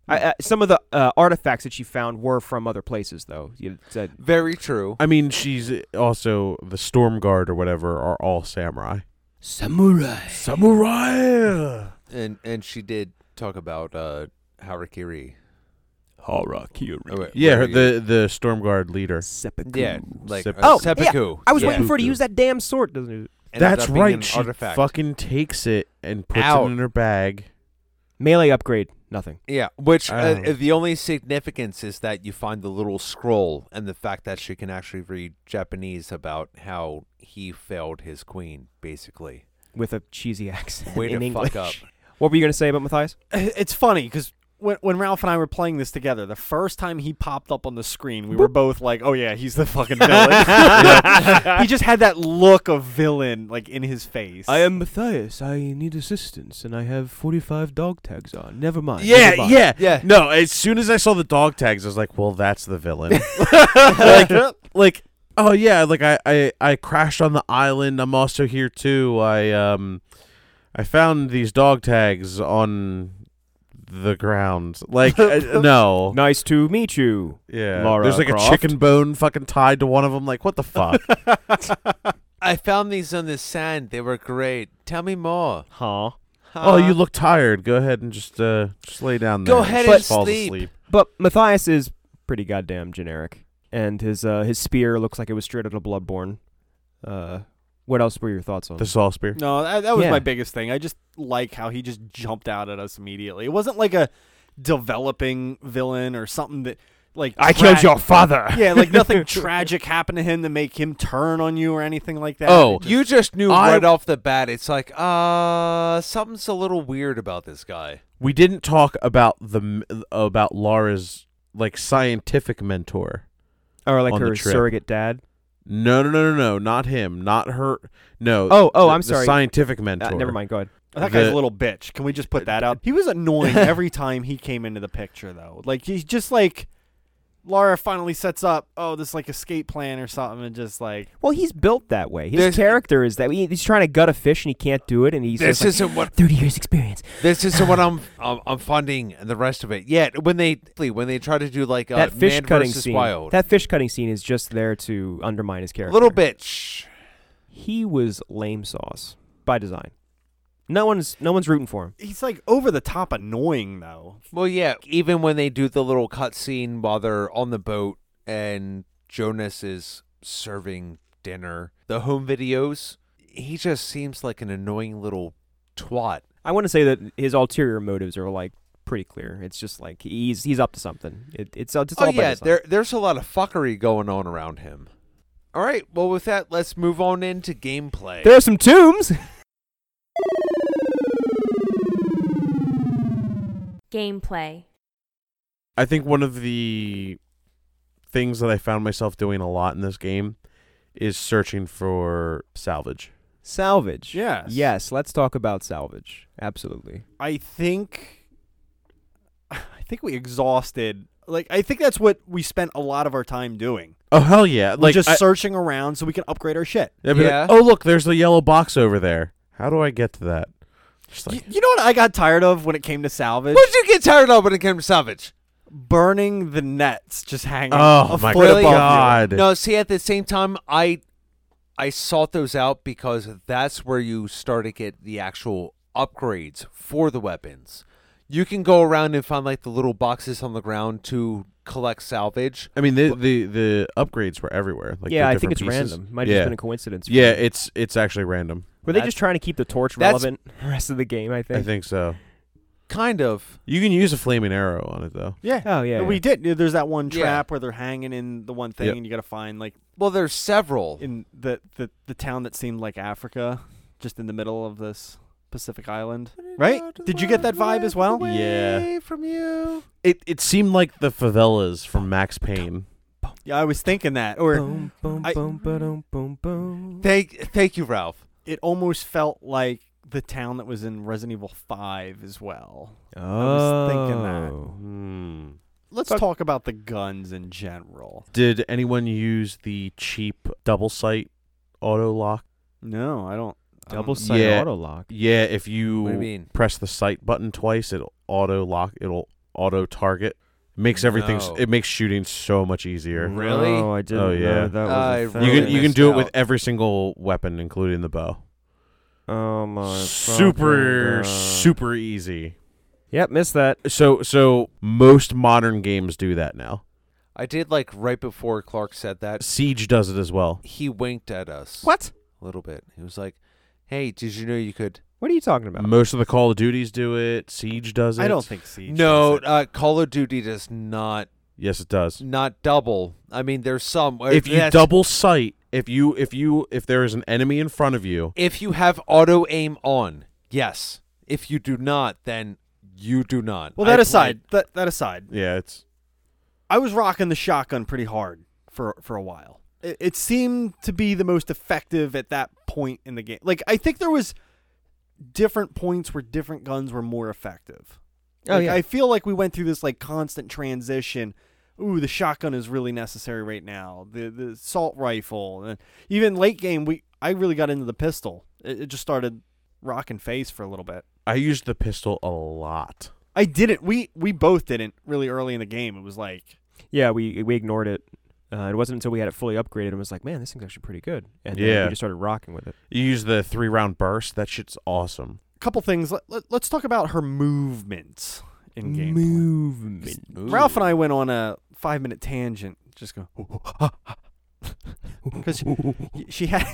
[SPEAKER 2] Hmm.
[SPEAKER 6] I, uh, some of the uh, artifacts that she found were from other places, though. You said,
[SPEAKER 2] Very true.
[SPEAKER 4] I mean, she's also the storm guard or whatever are all samurai.
[SPEAKER 6] samurai.
[SPEAKER 4] Samurai.
[SPEAKER 2] And and she did talk about uh Harakiri. Or what-
[SPEAKER 4] Yeah, her,
[SPEAKER 2] whatever you-
[SPEAKER 4] the the storm guard leader.
[SPEAKER 2] yeah, like
[SPEAKER 4] Seppuku.
[SPEAKER 2] uh,
[SPEAKER 6] Oh, yeah.
[SPEAKER 2] seppuku.
[SPEAKER 6] I was
[SPEAKER 2] Yeah.
[SPEAKER 6] waiting for her to use that damn sword, doesn't it?
[SPEAKER 2] Ended
[SPEAKER 4] That's
[SPEAKER 2] up being
[SPEAKER 4] right.
[SPEAKER 2] an
[SPEAKER 4] She
[SPEAKER 2] artifact.
[SPEAKER 4] fucking takes it and puts
[SPEAKER 2] Out.
[SPEAKER 4] it in her bag.
[SPEAKER 6] Melee upgrade, nothing.
[SPEAKER 2] Yeah, which uh,
[SPEAKER 6] Um,
[SPEAKER 4] Oh.
[SPEAKER 2] the only significance is that you find the little scroll and the fact that she can actually read Japanese about how he failed his queen, basically.
[SPEAKER 6] with a cheesy accent
[SPEAKER 2] Way
[SPEAKER 6] in
[SPEAKER 2] to
[SPEAKER 6] English.
[SPEAKER 2] fuck up.
[SPEAKER 6] What were you gonna say about Matthias?
[SPEAKER 1] It's funny because when when Ralph and I were playing this together, the first time he popped up on the screen, we were both like, "Oh yeah, he's the fucking villain." he just had that look of villain like in his face.
[SPEAKER 6] Matthias. I need assistance, and I have forty-five dog tags on. Never mind.
[SPEAKER 4] Yeah, yeah,
[SPEAKER 2] Yeah.
[SPEAKER 4] No, as soon as I saw the dog tags, I was like, "Well, that's the villain." like, like, oh yeah, like I, I, I crashed on the island. I'm also here too. I, um, I found these dog tags on the ground. Like, I- no,
[SPEAKER 6] Nice to meet you.
[SPEAKER 4] yeah,
[SPEAKER 6] Lara
[SPEAKER 4] there's like
[SPEAKER 6] Croft.
[SPEAKER 4] a chicken bone fucking tied to one of them. Like, what the fuck?
[SPEAKER 2] I found these on the sand. They were great. Tell me more.
[SPEAKER 6] Huh.
[SPEAKER 4] oh, you
[SPEAKER 2] Huh?
[SPEAKER 4] look tired. Go ahead and just, uh, just lay down there.
[SPEAKER 2] Uh-huh. Go ahead
[SPEAKER 4] Just
[SPEAKER 2] and
[SPEAKER 4] falls
[SPEAKER 2] sleep.
[SPEAKER 4] asleep.
[SPEAKER 6] But Matthias is pretty goddamn generic, and his uh, his spear looks like it was straight out of Bloodborne. Uh, what else were your thoughts on?
[SPEAKER 4] The saw spear.
[SPEAKER 1] No, that, that was
[SPEAKER 6] Yeah.
[SPEAKER 1] my biggest thing. I just like how he just jumped out at us immediately. It wasn't like a developing villain or something that like tra-
[SPEAKER 6] father.
[SPEAKER 1] Yeah, like nothing tragic happened to him to make him turn on you or anything like that.
[SPEAKER 4] Oh,
[SPEAKER 1] It
[SPEAKER 2] You just knew
[SPEAKER 4] I-
[SPEAKER 2] right off the bat. It's like, uh, something's a little weird about this guy.
[SPEAKER 4] we didn't talk about the m- about Laura's like scientific mentor.
[SPEAKER 6] Or like
[SPEAKER 4] On the
[SPEAKER 6] her
[SPEAKER 4] trip.
[SPEAKER 6] surrogate dad.
[SPEAKER 4] No, no, no, no, no, not him, not her. No.
[SPEAKER 6] Oh, oh,
[SPEAKER 4] the-
[SPEAKER 6] I'm
[SPEAKER 4] the
[SPEAKER 6] sorry.
[SPEAKER 4] scientific
[SPEAKER 6] Uh,
[SPEAKER 4] mentor.
[SPEAKER 6] never mind. Go ahead.
[SPEAKER 1] That guy's
[SPEAKER 4] The-
[SPEAKER 1] a little bitch. Can we just put that out? He was annoying every time he came into the picture, though. Like he's just like Laura finally sets up. Oh, this like escape plan or something, and just like
[SPEAKER 6] Well, he's built that way. His
[SPEAKER 2] There's-
[SPEAKER 6] character is that he- he's trying to gut a fish and he can't do it, and he's
[SPEAKER 2] this
[SPEAKER 6] just like,
[SPEAKER 2] isn't what.
[SPEAKER 6] thirty years experience.
[SPEAKER 2] This isn't what I'm, I'm. I'm funding and the rest of it. Yeah, when they when they try to do like uh,
[SPEAKER 6] that fish
[SPEAKER 2] Man
[SPEAKER 6] cutting
[SPEAKER 2] versus
[SPEAKER 6] scene.
[SPEAKER 2] Wild,
[SPEAKER 6] That fish cutting scene is just there to undermine his character.
[SPEAKER 2] little bitch.
[SPEAKER 6] He was lame sauce by design. No one's no one's rooting for him.
[SPEAKER 1] he's like over the top annoying though.
[SPEAKER 2] Well, yeah. Even when they do the little cutscene while they're on the boat and Jonas is serving dinner, the home videos, he just seems like an annoying little twat.
[SPEAKER 6] I want to say that his ulterior motives are like pretty clear. It's just like he's he's up to something. It, it's it's
[SPEAKER 2] oh
[SPEAKER 6] all by
[SPEAKER 2] yeah,
[SPEAKER 6] design.
[SPEAKER 2] there there's a lot of fuckery going on around him. All right. Well, with that, let's move on into gameplay.
[SPEAKER 6] there are some tombs.
[SPEAKER 5] Gameplay.
[SPEAKER 4] I think one of the things that I found myself doing a lot in this game is searching for salvage
[SPEAKER 6] Salvage.
[SPEAKER 1] Yes.
[SPEAKER 6] Yes, let's talk about salvage. Absolutely.
[SPEAKER 1] I think I think we exhausted like I think that's what we spent a lot of our time doing.
[SPEAKER 4] Oh hell yeah!
[SPEAKER 1] Like
[SPEAKER 4] Like
[SPEAKER 1] just
[SPEAKER 4] I-
[SPEAKER 1] searching around so we can upgrade our shit.
[SPEAKER 4] they'd be like,
[SPEAKER 2] Yeah.
[SPEAKER 4] oh look, there's the yellow box over there. How do I get to that? Just
[SPEAKER 1] Y-
[SPEAKER 4] like
[SPEAKER 1] you know what I got tired of when it came to salvage?
[SPEAKER 2] What did you get tired of when it came to salvage?
[SPEAKER 1] Burning the nets just hanging
[SPEAKER 4] oh
[SPEAKER 1] a
[SPEAKER 4] my
[SPEAKER 1] foot above
[SPEAKER 2] Really?
[SPEAKER 1] you.
[SPEAKER 4] god!
[SPEAKER 2] No, see, at the same time, I I sought those out because that's where you start to get the actual upgrades for the weapons. You can go around and find like the little boxes on the ground to collect salvage.
[SPEAKER 4] I mean the the the upgrades were everywhere. Like
[SPEAKER 6] yeah,
[SPEAKER 4] the
[SPEAKER 6] I think it's
[SPEAKER 4] different pieces.
[SPEAKER 6] random. Might have
[SPEAKER 4] yeah.
[SPEAKER 6] just been a coincidence.
[SPEAKER 4] yeah, it's it's actually random.
[SPEAKER 6] Were they
[SPEAKER 2] That's-
[SPEAKER 6] just trying to keep the torch
[SPEAKER 2] That's-
[SPEAKER 6] relevant the rest of the game, I think?
[SPEAKER 4] I think so.
[SPEAKER 2] Kind of.
[SPEAKER 4] You can use a flaming arrow on it though.
[SPEAKER 1] Yeah.
[SPEAKER 6] Oh, yeah.
[SPEAKER 1] We
[SPEAKER 6] yeah.
[SPEAKER 1] did. Yeah, There's that one
[SPEAKER 2] Yeah.
[SPEAKER 1] trap where they're hanging in the one thing
[SPEAKER 4] Yep.
[SPEAKER 1] and you got to find like
[SPEAKER 2] Well, there's several.
[SPEAKER 1] in the, the the town that seemed like Africa just in the middle of this Pacific island. Right? Did you get that vibe as well?
[SPEAKER 4] Yeah.
[SPEAKER 2] Away From you.
[SPEAKER 4] It it seemed like the favelas from Max Payne.
[SPEAKER 1] Yeah, I was thinking that or
[SPEAKER 6] boom, boom,
[SPEAKER 1] I-
[SPEAKER 6] boom, boom, boom, boom.
[SPEAKER 2] Thank, thank you, Ralph.
[SPEAKER 1] it almost felt like the town that was in Resident Evil 5 as well.
[SPEAKER 6] oh.
[SPEAKER 1] was thinking that.
[SPEAKER 4] Hmm.
[SPEAKER 1] Let's
[SPEAKER 6] Fuck.
[SPEAKER 1] talk about the guns in general.
[SPEAKER 4] Did anyone use the cheap double sight auto lock?
[SPEAKER 1] No, I don't. I
[SPEAKER 6] Double
[SPEAKER 1] don't-
[SPEAKER 6] sight
[SPEAKER 4] Yeah.
[SPEAKER 6] auto lock.
[SPEAKER 4] Yeah, if you,
[SPEAKER 2] What do you mean?
[SPEAKER 4] press the sight button twice, it'll auto lock. It'll auto target. Makes everything. s
[SPEAKER 2] No.
[SPEAKER 4] It makes shooting so much easier.
[SPEAKER 2] Really?
[SPEAKER 6] No, I didn't.
[SPEAKER 4] Oh, yeah.
[SPEAKER 6] Know that was a
[SPEAKER 2] I
[SPEAKER 6] thing.
[SPEAKER 4] you can
[SPEAKER 2] really
[SPEAKER 4] you can
[SPEAKER 2] missed
[SPEAKER 4] do it with
[SPEAKER 2] out.
[SPEAKER 4] every single weapon, including the bow.
[SPEAKER 6] Oh my.
[SPEAKER 4] super
[SPEAKER 6] fucking God.
[SPEAKER 4] super easy.
[SPEAKER 6] Yep, missed that.
[SPEAKER 4] So so most modern games do that now.
[SPEAKER 2] I did like right before Clark said that.
[SPEAKER 4] Siege does it as well.
[SPEAKER 2] He winked at us.
[SPEAKER 6] What?
[SPEAKER 2] A little bit. He was like, "Hey, did you know you could?"
[SPEAKER 6] What are you talking about?
[SPEAKER 4] Most of the Call of Duties do it. Siege does it.
[SPEAKER 1] I don't think Siege.
[SPEAKER 2] no,
[SPEAKER 1] does it.
[SPEAKER 2] uh, Call of Duty does not
[SPEAKER 4] Yes, it does.
[SPEAKER 2] not double. I mean, there's some. uh, where
[SPEAKER 4] If you
[SPEAKER 2] that's-
[SPEAKER 4] double sight, if you if you if there is an enemy in front of you,
[SPEAKER 2] if you have auto aim on, yes. If you do not, then you do not.
[SPEAKER 1] well, that
[SPEAKER 2] I
[SPEAKER 1] aside, that that aside,
[SPEAKER 4] yeah, it's
[SPEAKER 1] I was rocking the shotgun pretty hard for for a while. It, it seemed to be the most effective at that point in the game. Like I think there was different points where different guns were more effective.
[SPEAKER 6] Oh,
[SPEAKER 1] Like,
[SPEAKER 6] yeah.
[SPEAKER 1] I feel like we went through this like constant transition. Ooh, the shotgun is really necessary right now. The the assault rifle, and even late game, we I really got into the pistol. It, it just started rocking face for a little bit.
[SPEAKER 4] I used the pistol a lot.
[SPEAKER 1] I didn't. We we both didn't really early in the game. It was like
[SPEAKER 6] Yeah, we we ignored it. Uh, it wasn't until we had it fully upgraded and was like, man, this thing's actually pretty good. And then
[SPEAKER 4] Yeah.
[SPEAKER 6] we just started rocking with it.
[SPEAKER 4] You use the three round burst. That shit's awesome.
[SPEAKER 1] couple things. Let, let, us talk about her movements in gameplay.
[SPEAKER 6] Movement.
[SPEAKER 2] Ooh.
[SPEAKER 1] Ralph and I went on a five minute tangent, just going because she had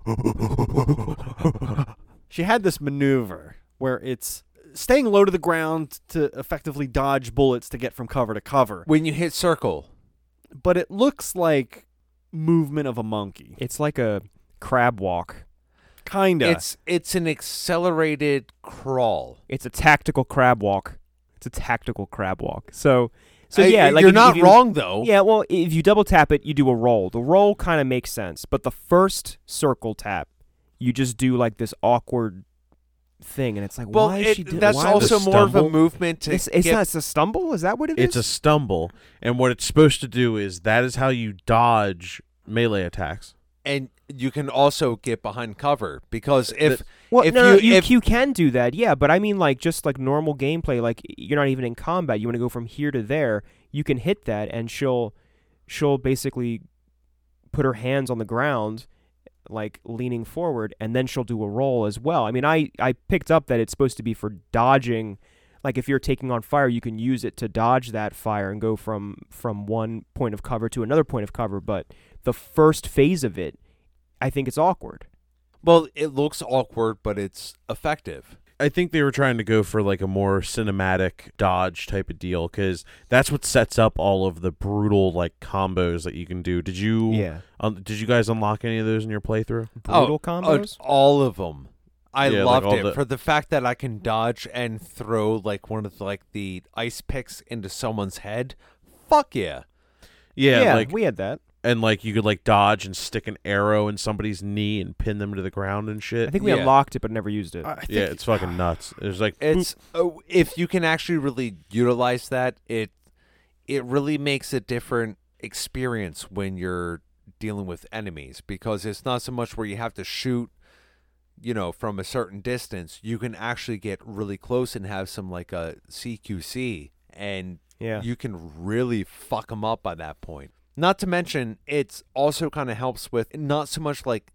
[SPEAKER 1] yeah. she had this maneuver where it's staying low to the ground to effectively dodge bullets to get from cover to cover,
[SPEAKER 2] when you hit circle,
[SPEAKER 1] but it looks like movement of a monkey,
[SPEAKER 6] It's like a crab walk.
[SPEAKER 1] kind of.
[SPEAKER 2] it's it's an accelerated crawl.
[SPEAKER 6] It's a tactical crab walk. It's a tactical crab walk. So, so
[SPEAKER 2] I-
[SPEAKER 6] yeah, like
[SPEAKER 2] you're
[SPEAKER 6] if-
[SPEAKER 2] not
[SPEAKER 6] if you-
[SPEAKER 2] wrong though.
[SPEAKER 6] Yeah, well, if you double tap it, you do a roll. The roll kind of makes sense, but the first circle tap, you just do like this awkward thing, and it's like,
[SPEAKER 2] Well,
[SPEAKER 6] why
[SPEAKER 2] it-
[SPEAKER 6] is she doing?
[SPEAKER 2] that's
[SPEAKER 6] why
[SPEAKER 2] also
[SPEAKER 4] The
[SPEAKER 2] more of a
[SPEAKER 4] stumble?
[SPEAKER 2] movement to
[SPEAKER 6] It's, it's
[SPEAKER 2] get
[SPEAKER 6] not. It's a stumble. Is that what it is?
[SPEAKER 4] It's a stumble, and what it's supposed to do is that is how you dodge melee attacks.
[SPEAKER 2] and you can also get behind cover because if
[SPEAKER 6] Well,
[SPEAKER 2] if
[SPEAKER 6] no, no,
[SPEAKER 2] you,
[SPEAKER 6] you,
[SPEAKER 2] if,
[SPEAKER 6] you can do that, yeah, but I mean, like, just like normal gameplay, like you're not even in combat. You want to go from here to there. You can hit that, and she'll she'll basically put her hands on the ground, like leaning forward, and then she'll do a roll as well. I mean, I I picked up that it's supposed to be for dodging. Like if you're taking on fire, you can use it to dodge that fire and go from from one point of cover to another point of cover. But the first phase of it, I think it's awkward.
[SPEAKER 2] well, it looks awkward, but it's effective.
[SPEAKER 4] I think they were trying to go for like a more cinematic dodge type of deal because that's what sets up all of the brutal like combos that you can do. Did you? un- did you guys unlock any of those in your playthrough?
[SPEAKER 6] brutal
[SPEAKER 2] oh,
[SPEAKER 6] combos.
[SPEAKER 2] oh, all of them. I
[SPEAKER 4] Yeah, like
[SPEAKER 2] loved
[SPEAKER 4] all
[SPEAKER 2] it
[SPEAKER 4] the-
[SPEAKER 2] for the fact that I can dodge and throw like one of the, like the ice picks into someone's head. Fuck yeah!
[SPEAKER 4] Yeah, like
[SPEAKER 6] we had that.
[SPEAKER 4] and like you could like dodge and stick an arrow in somebody's knee and pin them to the ground and shit.
[SPEAKER 6] I think we
[SPEAKER 2] Yeah.
[SPEAKER 6] unlocked it but never used it.
[SPEAKER 1] I think,
[SPEAKER 4] yeah, it's fucking nuts. It was like
[SPEAKER 2] It's oh, if you can actually really utilize that, it it really makes a different experience when you're dealing with enemies because it's not so much where you have to shoot, you know, from a certain distance. You can actually get really close and have some like a CQC, and
[SPEAKER 6] yeah.
[SPEAKER 2] you can really fuck them up by that point. Not to mention, it's also kind of helps with not so much like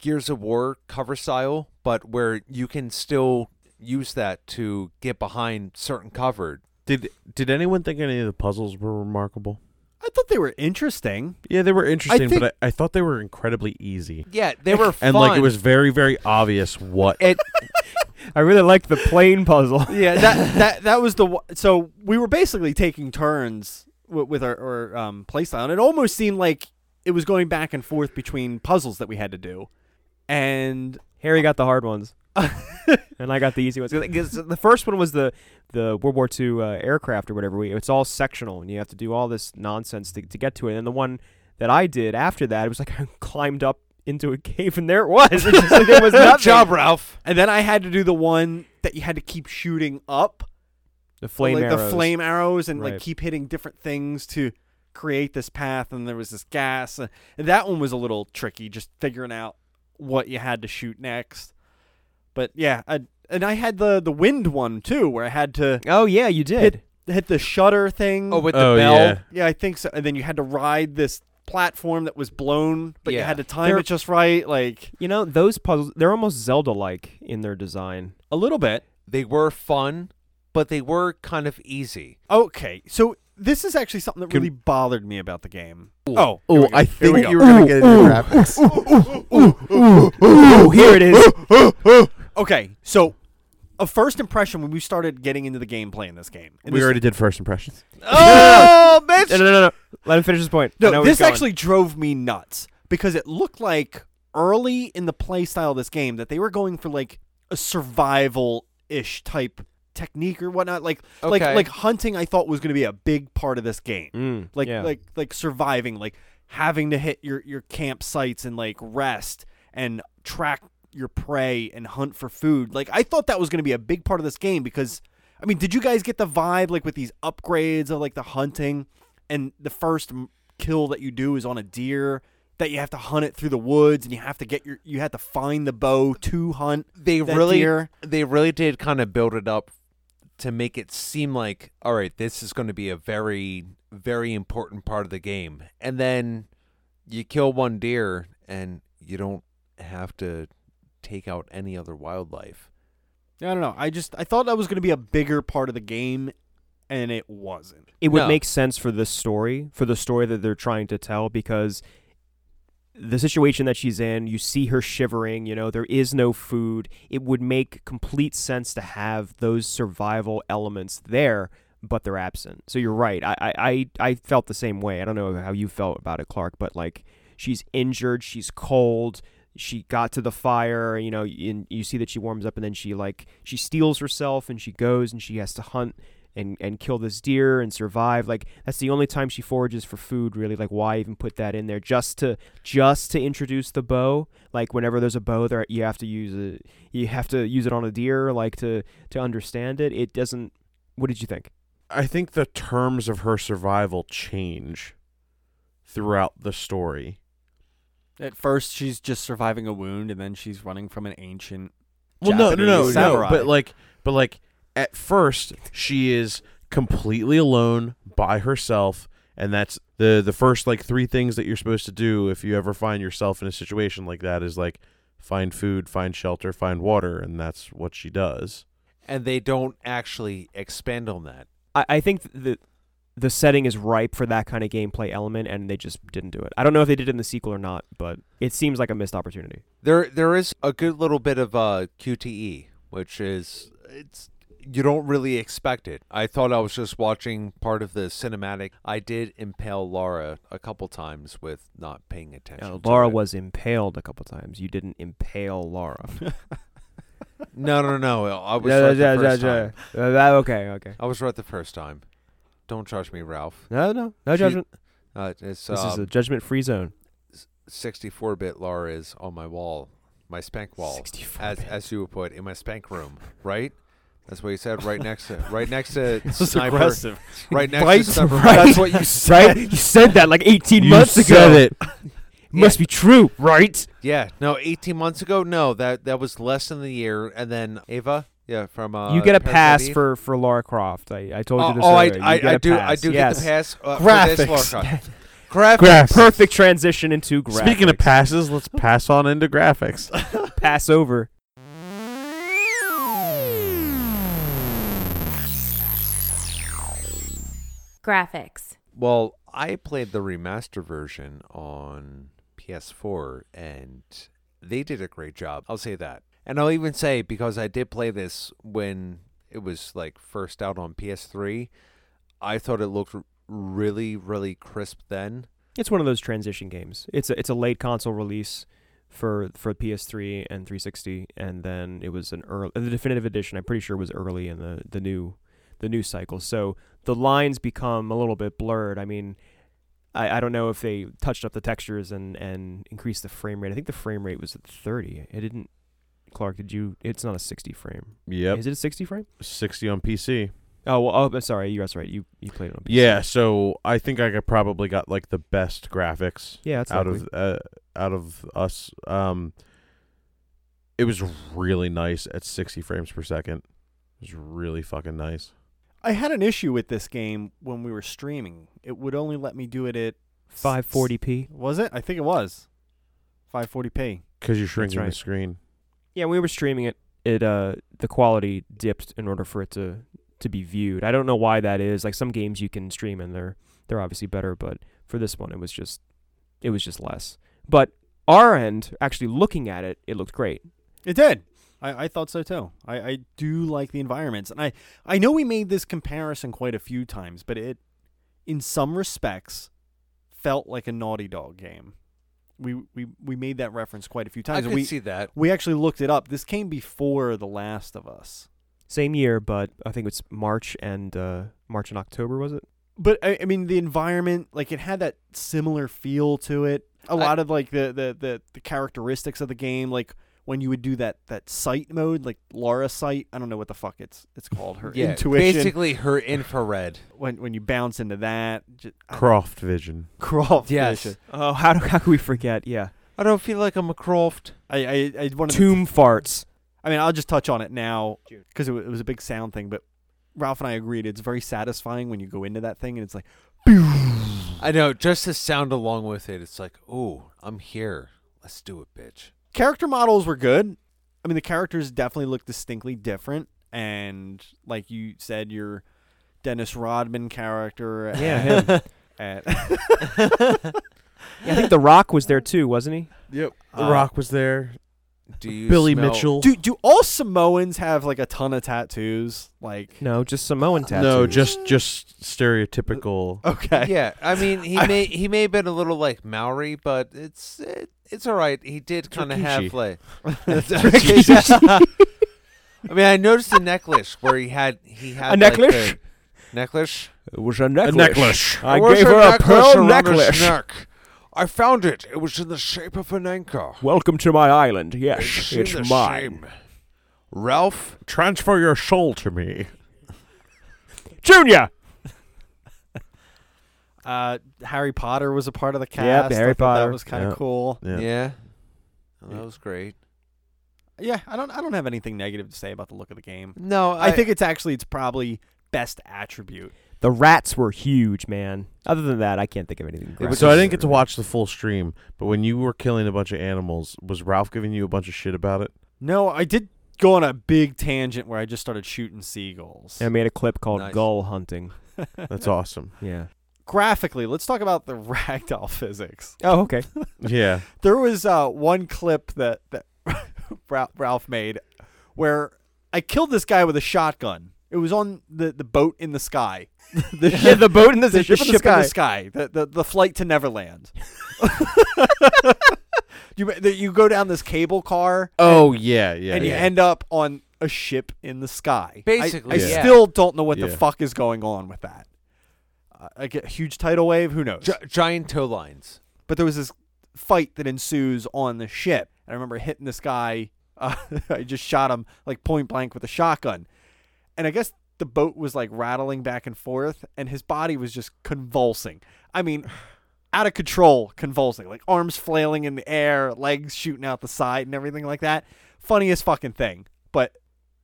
[SPEAKER 2] Gears of War cover style, but where you can still use that to get behind certain cover.
[SPEAKER 4] did did anyone think any of the puzzles were remarkable?
[SPEAKER 1] I thought they were interesting.
[SPEAKER 4] Yeah, they were interesting,
[SPEAKER 1] think-
[SPEAKER 4] but I, I thought they were incredibly easy.
[SPEAKER 2] Yeah, they were fun.
[SPEAKER 4] And like it was very very obvious what
[SPEAKER 2] It,
[SPEAKER 6] I really liked the plane puzzle.
[SPEAKER 1] Yeah, that that that was the wa- so we were basically taking turns with, with our, our um, playstyle, and it almost seemed like it was going back and forth between puzzles that we had to do, and
[SPEAKER 6] Harry got the hard ones, and I got the easy ones. 'Cause- 'cause the first one was the the World War II uh, aircraft or whatever. We, it's all sectional, and you have to do all this nonsense to, to get to it. And the one that I did after that, it was like I climbed up into a cave, and there it was. It's just like there was
[SPEAKER 2] good
[SPEAKER 6] nothing.
[SPEAKER 2] job, Ralph.
[SPEAKER 1] and then I had to do the one that you had to keep shooting up,
[SPEAKER 6] The flame
[SPEAKER 1] like
[SPEAKER 6] arrows.
[SPEAKER 1] the flame arrows, and
[SPEAKER 6] Right.
[SPEAKER 1] like keep hitting different things to create this path. And there was this gas, and that one was a little tricky, just figuring out what you had to shoot next. But yeah, I, and I had the the wind one too, where I had to.
[SPEAKER 6] Oh yeah, you did.
[SPEAKER 1] hit the shutter thing.
[SPEAKER 2] Oh, with the
[SPEAKER 4] Oh,
[SPEAKER 2] bell.
[SPEAKER 4] yeah.
[SPEAKER 1] yeah, I think so. And then you had to ride this platform that was blown, but you
[SPEAKER 2] Yeah.
[SPEAKER 1] had to time
[SPEAKER 6] They're-
[SPEAKER 1] it just right, like
[SPEAKER 6] You know those puzzles. They're almost Zelda-like in their design.
[SPEAKER 1] a little bit.
[SPEAKER 2] They were fun, but they were kind of easy.
[SPEAKER 1] Okay, so this is actually something that
[SPEAKER 4] Can-
[SPEAKER 1] really bothered me about the game.
[SPEAKER 4] Oh,
[SPEAKER 1] here we
[SPEAKER 4] oh,
[SPEAKER 1] go.
[SPEAKER 4] I
[SPEAKER 1] Here we
[SPEAKER 4] think
[SPEAKER 1] go.
[SPEAKER 4] you were gonna get into graphics.
[SPEAKER 6] Oh, here it is.
[SPEAKER 1] Okay, so a first impression when we started getting into the game playing this game. and
[SPEAKER 4] We
[SPEAKER 1] this-
[SPEAKER 4] already did first impressions.
[SPEAKER 1] oh, bitch!
[SPEAKER 6] No, no, no, no. Let him finish his point. I know
[SPEAKER 1] No,
[SPEAKER 6] where he's
[SPEAKER 1] this
[SPEAKER 6] going.
[SPEAKER 1] actually drove me nuts because it looked like early in the play style of this game that they were going for like a survival ish type technique or whatnot. Like like
[SPEAKER 2] Okay.
[SPEAKER 1] like hunting I thought was gonna be a big part of this game.
[SPEAKER 6] Mm,
[SPEAKER 1] Like
[SPEAKER 6] yeah.
[SPEAKER 1] like like surviving, like having to hit your, your campsites and like rest and track your prey and hunt for food. Like I thought that was gonna be a big part of this game because I mean, did you guys get the vibe like with these upgrades of like the hunting and the first m- kill that you do is on a deer that you have to hunt it through the woods and you have to get your you have to find the bow to hunt
[SPEAKER 2] They
[SPEAKER 1] that
[SPEAKER 2] really
[SPEAKER 1] deer.
[SPEAKER 2] they really did kind of build it up to make it seem like all right this is going to be a very very important part of the game and then you kill one deer and you don't have to take out any other wildlife
[SPEAKER 1] I don't know. I just I thought that was going to be a bigger part of the game and it wasn't.
[SPEAKER 6] it would
[SPEAKER 2] No.
[SPEAKER 6] make sense for this story, for the story that they're trying to tell, because the situation that she's in, you see her shivering, you know, there is no food. It would make complete sense to have those survival elements there, but they're absent. So you're right. I, I, I, I felt the same way. I don't know how you felt about it, Clark, but like she's injured, she's cold. She got to the fire, you know, and you see that she warms up, and then she like she steals herself, and she goes, and she has to hunt and and kill this deer and survive. Like that's the only time she forages for food, really. Like why even put that in there just to just to introduce the bow? Like whenever there's a bow, there you have to use it. You have to use it on a deer, like to to understand it. It doesn't. What did you think?
[SPEAKER 4] I think the terms of her survival change throughout the story.
[SPEAKER 1] At first she's just surviving a wound and then she's running from an ancient
[SPEAKER 4] Well, no, no, no,
[SPEAKER 1] Japanese samurai.
[SPEAKER 4] no. But like, but like, at first she is completely alone by herself, and that's the the first like three things that you're supposed to do if you ever find yourself in a situation like that is like find food, find shelter, find water, and that's what she does.
[SPEAKER 2] and they don't actually expand on that
[SPEAKER 6] I, I think th- the the setting is ripe for that kind of gameplay element, and they just didn't do it. I don't know if they did it in the sequel or not, but it seems like a missed opportunity.
[SPEAKER 2] there there is a good little bit of uh QTE which is it's you don't really expect it. I thought I was just watching part of the cinematic. I did impale Laura a couple times with not paying attention. to
[SPEAKER 6] Laura
[SPEAKER 2] it.
[SPEAKER 6] was impaled a couple times. You didn't impale Laura.
[SPEAKER 2] No, no, no. I was
[SPEAKER 6] Yeah,
[SPEAKER 2] right
[SPEAKER 6] yeah,
[SPEAKER 2] the
[SPEAKER 6] yeah,
[SPEAKER 2] first
[SPEAKER 6] yeah.
[SPEAKER 2] time.
[SPEAKER 6] Uh, that- okay, okay.
[SPEAKER 2] I was right the first time. Don't judge me, Ralph.
[SPEAKER 6] No, no, no
[SPEAKER 2] She-
[SPEAKER 6] judgment.
[SPEAKER 2] Uh, it's
[SPEAKER 6] This is
[SPEAKER 2] um,
[SPEAKER 6] a judgment-free zone.
[SPEAKER 2] 64-bit LAR is on my wall, my spank wall,
[SPEAKER 6] 64
[SPEAKER 2] as
[SPEAKER 6] bit.
[SPEAKER 2] as you would put in my spank room, right? That's what you said. Right next to, right next to
[SPEAKER 1] This is
[SPEAKER 2] sniper,
[SPEAKER 1] aggressive.
[SPEAKER 2] right next
[SPEAKER 6] Right,
[SPEAKER 2] to sniper.
[SPEAKER 6] right.
[SPEAKER 2] That's what you
[SPEAKER 6] right? You said that like 18
[SPEAKER 4] You
[SPEAKER 6] months ago.
[SPEAKER 4] said it.
[SPEAKER 6] Must be true, right?
[SPEAKER 2] Yeah, no, 18 months ago. No, that that was less than the year. And then Ava, yeah, from uh,
[SPEAKER 6] you get a
[SPEAKER 2] Parasite
[SPEAKER 6] pass
[SPEAKER 2] Eve.
[SPEAKER 6] for for Lara Croft. I, I told
[SPEAKER 2] Oh,
[SPEAKER 6] you this.
[SPEAKER 2] oh, I,
[SPEAKER 6] earlier. You
[SPEAKER 2] I,
[SPEAKER 6] get
[SPEAKER 2] I
[SPEAKER 6] a
[SPEAKER 2] do, I
[SPEAKER 6] pass.
[SPEAKER 2] do
[SPEAKER 6] yes.
[SPEAKER 2] get the pass. Uh, for this
[SPEAKER 1] Graphics.
[SPEAKER 2] LAR card. graphics.
[SPEAKER 6] Perfect transition into graphics.
[SPEAKER 4] Speaking of passes, let's pass on into graphics.
[SPEAKER 6] pass over.
[SPEAKER 5] Graphics.
[SPEAKER 2] Well, I played the remaster version on PS4 and they did a great job. I'll say that. And I'll even say because I did play this when it was like first out on PS3, I thought it looked r- really really crisp then.
[SPEAKER 6] It's one of those transition games. It's a, it's a late console release for for PS3 and 360, and then it was an early the definitive edition. I'm pretty sure was early in the the new the new cycle. So the lines become a little bit blurred. I mean, I, I don't know if they touched up the textures and and increased the frame rate. I think the frame rate was at 30. It didn't. Clark, did you? It's not a 60 frame.
[SPEAKER 4] Yep,
[SPEAKER 6] Is it a 60 frame?
[SPEAKER 4] 60 on PC.
[SPEAKER 6] Oh well. Oh, I'm sorry. You that's right. You you played it on. PC.
[SPEAKER 4] Yeah, so I think I got- probably got like the best graphics
[SPEAKER 6] Yeah. That's
[SPEAKER 4] out
[SPEAKER 6] likely.
[SPEAKER 4] of uh, out of us. Um, it was really nice at 60 frames per second. It was really fucking nice.
[SPEAKER 1] I had an issue with this game when we were streaming. It would only let me do it at
[SPEAKER 6] 540p.
[SPEAKER 1] Was it? I think it was 540p.
[SPEAKER 4] Cause you're shrinking
[SPEAKER 6] right.
[SPEAKER 4] the screen.
[SPEAKER 6] Yeah, when we were streaming it, it uh the quality dipped in order for it to to be viewed. I don't know why that is. Like some games you can stream and they're they're obviously better, but for this one it was just it was just less. But our end, actually looking at it, it looked great.
[SPEAKER 1] It did. I, I thought so too. I, I do like the environments, and I I know we made this comparison quite a few times, but it, in some respects, felt like a Naughty Dog game. We we we made that reference quite a few
[SPEAKER 2] I
[SPEAKER 1] times.
[SPEAKER 2] could
[SPEAKER 1] and we
[SPEAKER 2] see that.
[SPEAKER 1] we actually looked it up. This came before The Last of Us,
[SPEAKER 6] Same year, but I think it's March and uh March and October was it?
[SPEAKER 1] but I, I mean the environment, like it had that similar feel to it. A
[SPEAKER 2] I-
[SPEAKER 1] lot of like the, the the the characteristics of the game, like when you would do that that sight mode, like Lara sight. I don't know what the fuck it's it's called. Her
[SPEAKER 2] Yeah,
[SPEAKER 1] intuition.
[SPEAKER 2] basically her infrared.
[SPEAKER 1] when when you bounce into that just,
[SPEAKER 4] Croft Vision.
[SPEAKER 1] crawl
[SPEAKER 2] Yes.
[SPEAKER 4] Uh-huh.
[SPEAKER 6] Oh, how do how could we forget? Yeah,
[SPEAKER 2] I don't feel like I'm a Croft.
[SPEAKER 1] I I, I one of the,
[SPEAKER 6] tomb farts.
[SPEAKER 1] I mean I'll just touch on it now because it, wa- it was a big sound thing but Ralph and I agreed it's very satisfying when you go into that thing and it's like
[SPEAKER 2] I know, just the sound along with it. It's like, "Ooh, I'm here. Let's do it, bitch."
[SPEAKER 1] character models were good I mean the characters definitely look distinctly different and like you said your Dennis Rodman character
[SPEAKER 6] Yeah,
[SPEAKER 1] and-
[SPEAKER 6] him.
[SPEAKER 1] and-
[SPEAKER 6] Yeah, I think The Rock was there too, wasn't he?
[SPEAKER 4] Yep. The
[SPEAKER 2] Uh,
[SPEAKER 4] Rock was there.
[SPEAKER 2] Do you
[SPEAKER 4] Billy
[SPEAKER 2] smell-
[SPEAKER 4] Mitchell.
[SPEAKER 1] do do all Samoans have like a ton of tattoos like
[SPEAKER 6] No, just Samoan tattoos.
[SPEAKER 4] No, just just stereotypical.
[SPEAKER 1] okay
[SPEAKER 2] Yeah, I mean, he
[SPEAKER 1] I-
[SPEAKER 2] may he may have been a little like Maori, but it's it, it's all right. He did kind of have
[SPEAKER 4] Rikishi.
[SPEAKER 2] like. I mean, I noticed the necklace where he had he had
[SPEAKER 6] A
[SPEAKER 2] like,
[SPEAKER 6] necklace?
[SPEAKER 2] the necklace.
[SPEAKER 6] it was a
[SPEAKER 4] A
[SPEAKER 6] necklace.
[SPEAKER 4] necklace.
[SPEAKER 6] I
[SPEAKER 2] There was
[SPEAKER 6] gave her a pearl
[SPEAKER 2] around his
[SPEAKER 6] necklace.
[SPEAKER 2] neck. I found it. It was in the shape of an anchor.
[SPEAKER 6] Welcome to my island.
[SPEAKER 2] It's
[SPEAKER 6] Yes,
[SPEAKER 2] in
[SPEAKER 6] it's,
[SPEAKER 2] the
[SPEAKER 6] mine.
[SPEAKER 2] shape. Ralph.
[SPEAKER 4] Transfer your soul to me.
[SPEAKER 6] Junior.
[SPEAKER 1] uh, Harry Potter was a part of the cast I
[SPEAKER 6] Harry
[SPEAKER 1] thought
[SPEAKER 6] Potter.
[SPEAKER 1] that was kind of
[SPEAKER 4] Yeah.
[SPEAKER 1] cool
[SPEAKER 2] Yeah,
[SPEAKER 4] Yeah.
[SPEAKER 2] Well, that was great.
[SPEAKER 1] Yeah, I don't I don't have anything negative to say about the look of the game.
[SPEAKER 2] No,
[SPEAKER 1] I,
[SPEAKER 2] I,
[SPEAKER 1] think it's actually its probably best attribute.
[SPEAKER 6] The rats were huge, man. Other than that, I can't think of anything.
[SPEAKER 2] It was
[SPEAKER 4] So I didn't get to
[SPEAKER 6] gross.
[SPEAKER 4] watch the full stream, but when you were killing a bunch of animals, was Ralph giving you a bunch of shit about it?
[SPEAKER 1] No, I did go on a big tangent where I just started shooting seagulls.
[SPEAKER 6] I made a clip called
[SPEAKER 2] Nice.
[SPEAKER 6] "Gull Hunting."
[SPEAKER 4] That's awesome.
[SPEAKER 6] Yeah.
[SPEAKER 1] Graphically, let's talk about the ragdoll physics.
[SPEAKER 6] Oh, okay.
[SPEAKER 4] Yeah.
[SPEAKER 1] There was uh, one clip that that Ra- Ralph made where I killed this guy with a shotgun. It was on the, the boat in the sky. the
[SPEAKER 6] yeah, the boat in the,
[SPEAKER 1] the
[SPEAKER 6] ship, in the sky.
[SPEAKER 1] sky. The, the the flight to Neverland. you that you go down this cable car
[SPEAKER 4] Oh yeah, yeah.
[SPEAKER 1] and you
[SPEAKER 4] yeah.
[SPEAKER 1] end up on a ship in the sky. I-
[SPEAKER 2] Basically,
[SPEAKER 1] I,
[SPEAKER 4] yeah.
[SPEAKER 1] still don't know what the
[SPEAKER 4] Yeah.
[SPEAKER 1] fuck is going on with that. Uh, like a huge tidal wave. Who knows?
[SPEAKER 2] Gi- giant tow lines.
[SPEAKER 1] but there was this fight that ensues on the ship. And I remember hitting this guy. Uh, I just shot him like point blank with a shotgun. And I guess the boat was like rattling back and forth, and his body was just convulsing. I mean, out of control, convulsing, like arms flailing in the air, legs shooting out the side, and everything like that. Funniest fucking thing. But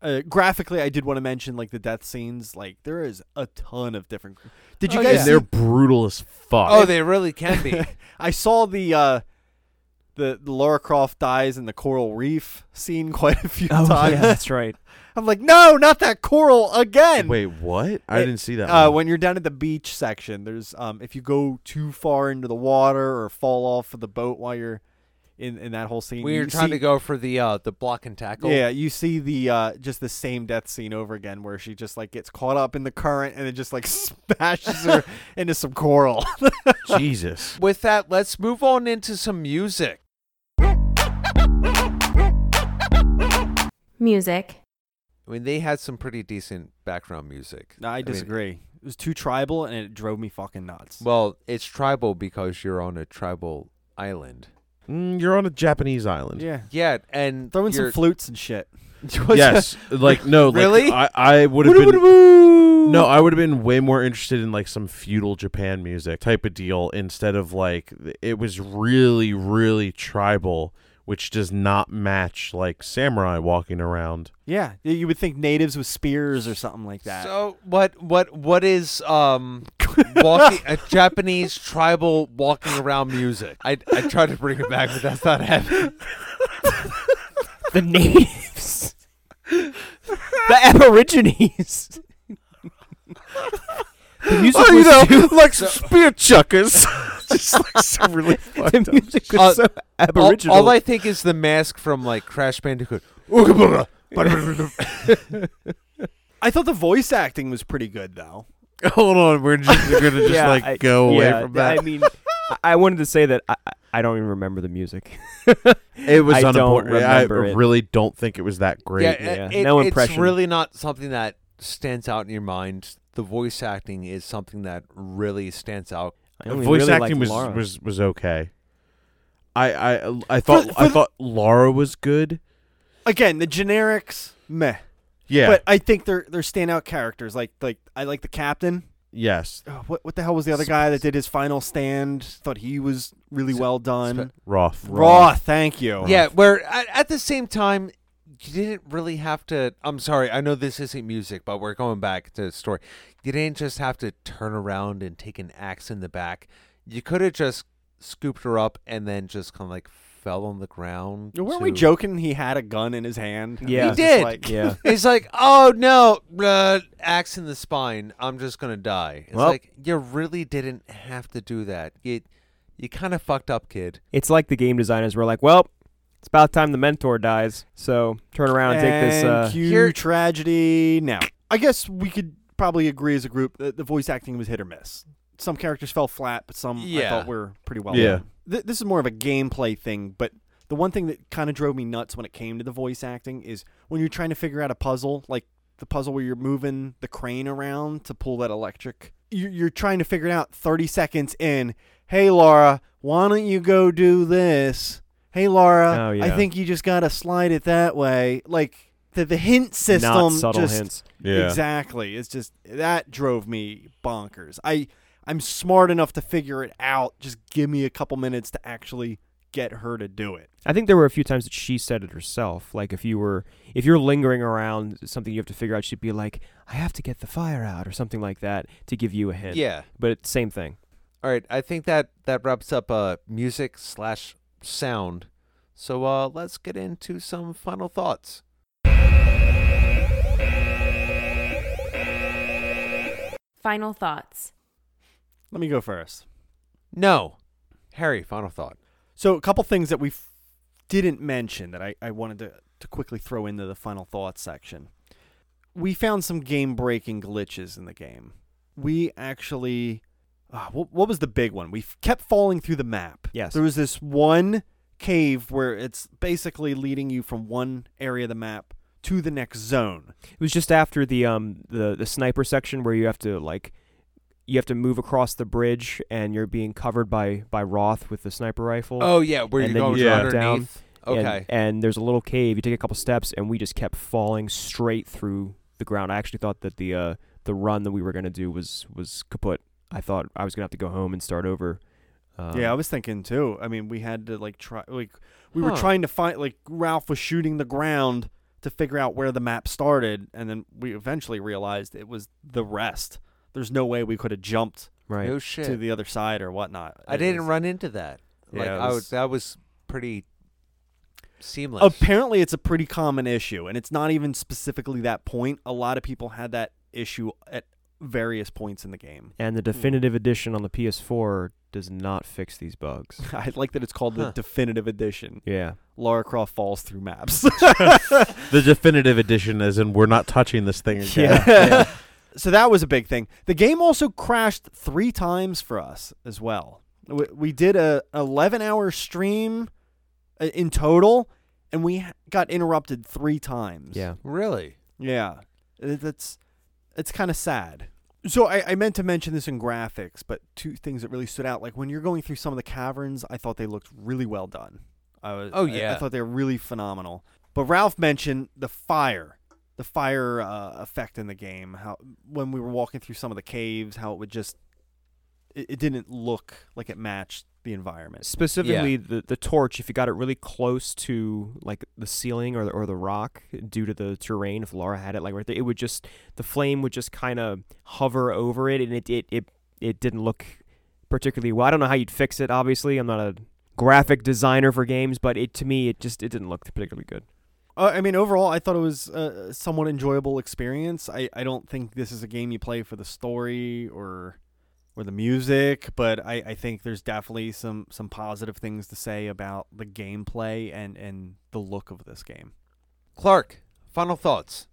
[SPEAKER 1] uh, graphically, I did want to mention like the death scenes. Like there is a ton of different. Did you
[SPEAKER 2] Oh,
[SPEAKER 1] guys?
[SPEAKER 2] yeah.
[SPEAKER 1] see-
[SPEAKER 4] They're brutal as fuck.
[SPEAKER 2] Oh, they really can be.
[SPEAKER 1] I saw the uh the, the Lara Croft dies in the coral reef scene quite a few
[SPEAKER 6] Oh,
[SPEAKER 1] times.
[SPEAKER 6] yeah, that's right.
[SPEAKER 1] I'm like, no, not that coral again.
[SPEAKER 4] Oh, Wait, what? I
[SPEAKER 1] It-
[SPEAKER 4] didn't see that.
[SPEAKER 1] Uh,
[SPEAKER 4] one.
[SPEAKER 1] when you're down at the beach section, there's um if you go too far into the water or fall off of the boat while you're in in that whole scene.
[SPEAKER 2] we
[SPEAKER 1] you
[SPEAKER 2] were trying
[SPEAKER 1] see-
[SPEAKER 2] to go for the uh, the block and tackle.
[SPEAKER 1] Yeah, you see the uh just the same death scene over again where she just like gets caught up in the current and it just like smashes her into some coral.
[SPEAKER 4] Jesus.
[SPEAKER 2] With that, let's move on into some music.
[SPEAKER 5] Music.
[SPEAKER 2] I mean, they had some pretty decent background music.
[SPEAKER 1] No, I
[SPEAKER 2] mean,
[SPEAKER 1] disagree. it was too tribal and it drove me fucking nuts.
[SPEAKER 2] well, it's tribal because you're on a tribal island.
[SPEAKER 4] Mm, you're on a Japanese island.
[SPEAKER 1] yeah.
[SPEAKER 2] Yeah, and
[SPEAKER 1] Throwing
[SPEAKER 2] you're,
[SPEAKER 1] some flutes and shit.
[SPEAKER 4] Yes. like no. Like,
[SPEAKER 2] Really?
[SPEAKER 4] I, I would have been. No, I would have been way more interested in like some feudal Japan music type of deal instead of like th- it was really, really tribal, which does not match like samurai walking around.
[SPEAKER 1] Yeah, y- you would think natives with spears or something like that.
[SPEAKER 2] So what? What? What is um walking a Japanese tribal walking around music? I I tried to bring it back, but that's not happening.
[SPEAKER 6] The natives, the aborigines. the music was too-
[SPEAKER 4] like spear chuckers. Just like some really
[SPEAKER 6] the music was
[SPEAKER 2] Uh,
[SPEAKER 6] so
[SPEAKER 2] All,
[SPEAKER 6] aboriginal.
[SPEAKER 2] all I think is the mask from like Crash Bandicoot.
[SPEAKER 1] I thought the voice acting was pretty good though.
[SPEAKER 4] Hold on, we're just we're gonna just
[SPEAKER 6] Yeah,
[SPEAKER 4] like
[SPEAKER 6] I-
[SPEAKER 4] go away
[SPEAKER 6] yeah,
[SPEAKER 4] from that.
[SPEAKER 6] I mean, I- I wanted to say that I, I- I don't even remember the music.
[SPEAKER 4] it was
[SPEAKER 6] I don't
[SPEAKER 4] unimportant. I
[SPEAKER 6] remember it.
[SPEAKER 4] really don't think it was that great.
[SPEAKER 2] Yeah,
[SPEAKER 6] yeah.
[SPEAKER 2] it-
[SPEAKER 6] No
[SPEAKER 2] It's
[SPEAKER 6] impression.
[SPEAKER 2] really not something that stands out in your mind. The voice acting is something that really stands out.
[SPEAKER 6] I
[SPEAKER 4] The
[SPEAKER 6] only
[SPEAKER 4] voice
[SPEAKER 6] really
[SPEAKER 4] acting
[SPEAKER 6] liked
[SPEAKER 4] was,
[SPEAKER 6] Lara.
[SPEAKER 4] was was okay. I I I thought
[SPEAKER 1] for
[SPEAKER 4] I
[SPEAKER 1] the-
[SPEAKER 4] thought Laura was good.
[SPEAKER 1] Again, the generics meh.
[SPEAKER 4] Yeah.
[SPEAKER 1] But I think they're they're standout characters. Like like I like the captain.
[SPEAKER 4] yes.
[SPEAKER 1] Oh, what what the hell was the other guy that did his final stand? Thought he was really
[SPEAKER 2] Sp-
[SPEAKER 1] well done.
[SPEAKER 2] Sp-
[SPEAKER 4] Roth.
[SPEAKER 1] Raw, thank you.
[SPEAKER 2] Yeah, where at, at the same time, you didn't really have to. I'm sorry, I know this isn't music, but we're going back to the story. You didn't just have to turn around and take an axe in the back. You could have just scooped her up and then just kind of like fell on the ground.
[SPEAKER 1] Weren't we
[SPEAKER 2] to-
[SPEAKER 1] joking? He had a gun in his hand.
[SPEAKER 6] Yeah. He
[SPEAKER 1] It's just
[SPEAKER 2] did.
[SPEAKER 1] like-
[SPEAKER 6] yeah.
[SPEAKER 2] It's like, oh no, uh, axe in the spine. I'm just gonna die. It's
[SPEAKER 6] Well-
[SPEAKER 2] like you really didn't have to do that. You, you kind of fucked up, kid.
[SPEAKER 6] It's like the game designers were like, well, it's about time the mentor dies. So turn around and take this.
[SPEAKER 1] And
[SPEAKER 6] Uh,
[SPEAKER 1] cue
[SPEAKER 2] Here-
[SPEAKER 1] tragedy now. I guess we could probably agree as a group that the voice acting was hit or miss. Some characters fell flat, but some I
[SPEAKER 2] Yeah.
[SPEAKER 1] thought were pretty well
[SPEAKER 4] Yeah.
[SPEAKER 1] done. Th- this is more of a gameplay thing, but the one thing that kind of drove me nuts when it came to the voice acting is when you're trying to figure out a puzzle, like the puzzle where you're moving the crane around to pull that electric. You're, you're trying to figure it out 30 seconds in. Hey, Laura, why don't you go do this? Hey, Laura,
[SPEAKER 6] Oh,
[SPEAKER 1] I
[SPEAKER 6] yeah.
[SPEAKER 1] think you just got to slide it that way. Like the, the hint system.
[SPEAKER 6] not subtle
[SPEAKER 1] just,
[SPEAKER 6] hints.
[SPEAKER 4] Yeah.
[SPEAKER 1] Exactly. It's just that drove me bonkers. I I'm smart enough to figure it out. Just give me a couple minutes to actually get her to do it.
[SPEAKER 6] I think there were a few times that she said it herself. Like if you were if you're lingering around something you have to figure out, she'd be like, I have to get the fire out or something like that to give you a hint.
[SPEAKER 2] Yeah.
[SPEAKER 6] But it's same thing.
[SPEAKER 2] All right, I think that that wraps up uh music slash sound. So uh let's get into some final thoughts.
[SPEAKER 5] Final thoughts.
[SPEAKER 1] Let me go first.
[SPEAKER 2] No, Harry, final thought.
[SPEAKER 1] So a couple things that we f- didn't mention that I, I wanted to, to quickly throw into the final thoughts section. We found some game breaking glitches in the game. We actually, ah, what, what was the big one? We f- kept falling through the map.
[SPEAKER 6] Yes.
[SPEAKER 1] There was this one cave where it's basically leading you from one area of the map to the next zone.
[SPEAKER 6] It was just after the um the the sniper section where you have to like you have to move across the bridge and you're being covered by by Roth with the sniper rifle.
[SPEAKER 2] Oh yeah, where
[SPEAKER 6] and
[SPEAKER 2] you
[SPEAKER 6] then
[SPEAKER 2] go
[SPEAKER 4] you drop
[SPEAKER 2] underneath.
[SPEAKER 6] down, and-
[SPEAKER 2] Okay.
[SPEAKER 6] And, there's a little cave. You take a couple steps, and we just kept falling straight through the ground. I actually thought that the uh, the run that we were gonna do was was kaput. I thought I was gonna have to go home and start over. Um,
[SPEAKER 1] yeah, I was thinking too. I mean, we had to like try like we were
[SPEAKER 6] Huh.
[SPEAKER 1] trying to find like Ralph was shooting the ground to figure out where the map started, and then we eventually realized it was the rest. There's no way we could have jumped
[SPEAKER 6] right.
[SPEAKER 2] no
[SPEAKER 1] to
[SPEAKER 2] shit.
[SPEAKER 1] the other side or whatnot.
[SPEAKER 2] I
[SPEAKER 1] It
[SPEAKER 2] didn't
[SPEAKER 1] was-
[SPEAKER 2] run into that. Like
[SPEAKER 1] Yeah, it
[SPEAKER 2] I
[SPEAKER 1] was-
[SPEAKER 2] was, that was pretty seamless.
[SPEAKER 1] Apparently, it's a pretty common issue, and it's not even specifically that point. A lot of people had that issue at various points in the game.
[SPEAKER 6] And the definitive edition on the PS4 does not fix these bugs.
[SPEAKER 1] I like that it's called
[SPEAKER 2] Huh.
[SPEAKER 1] the definitive edition.
[SPEAKER 6] Yeah.
[SPEAKER 1] Lara Croft falls through maps.
[SPEAKER 4] The definitive edition, as in we're not touching this thing again.
[SPEAKER 1] yeah. So that was a big thing. The game also crashed three times for us as well. We, we did a 11 hour stream uh, in total, and we ha- got interrupted three times.
[SPEAKER 6] Yeah.
[SPEAKER 2] really?
[SPEAKER 1] Yeah. It- That's it's kind of sad. So I, I meant to mention this in graphics, but two things that really stood out. Like when you're going through some of the caverns, I thought they looked really well done. I was,
[SPEAKER 2] Oh,
[SPEAKER 1] I- I,
[SPEAKER 2] yeah.
[SPEAKER 1] thought they were really phenomenal. But Ralph mentioned the fire, the fire uh, effect in the game. How when we were walking through some of the caves, how it would just it, it didn't look like it matched the environment.
[SPEAKER 6] Specifically, the, the torch, if you got it really close to like the ceiling or the, or the rock, due to the terrain, if Laura had it like right there, it would just the flame would just kind of hover over it, and it it, it it didn't look particularly well. I don't know how you'd fix it. Obviously, I'm not a graphic designer for games, but it to me it just it didn't look particularly good.
[SPEAKER 1] Uh, I mean, overall, I thought it was a somewhat enjoyable experience. I, I don't think this is a game you play for the story or or the music, but I, I think there's definitely some, some positive things to say about the gameplay and, and the look of this game.
[SPEAKER 2] Clark, final thoughts.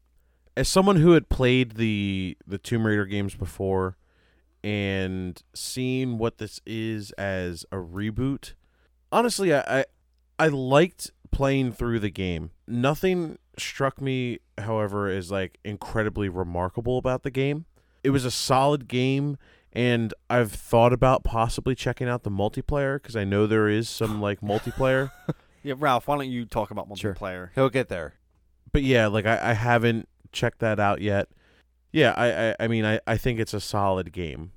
[SPEAKER 4] as someone who had played the the Tomb Raider games before and seen what this is as a reboot, honestly, I I, I liked playing through the game. Nothing struck me, however, as like incredibly remarkable about the game. It was a solid game, and I've thought about possibly checking out the multiplayer because I know there is some like multiplayer.
[SPEAKER 1] Yeah, Ralph, why don't you talk about
[SPEAKER 6] Sure.
[SPEAKER 1] multiplayer?
[SPEAKER 2] He'll get there.
[SPEAKER 4] but yeah, like I, I haven't checked that out yet. Yeah, I, I, I mean I, I think it's a solid game.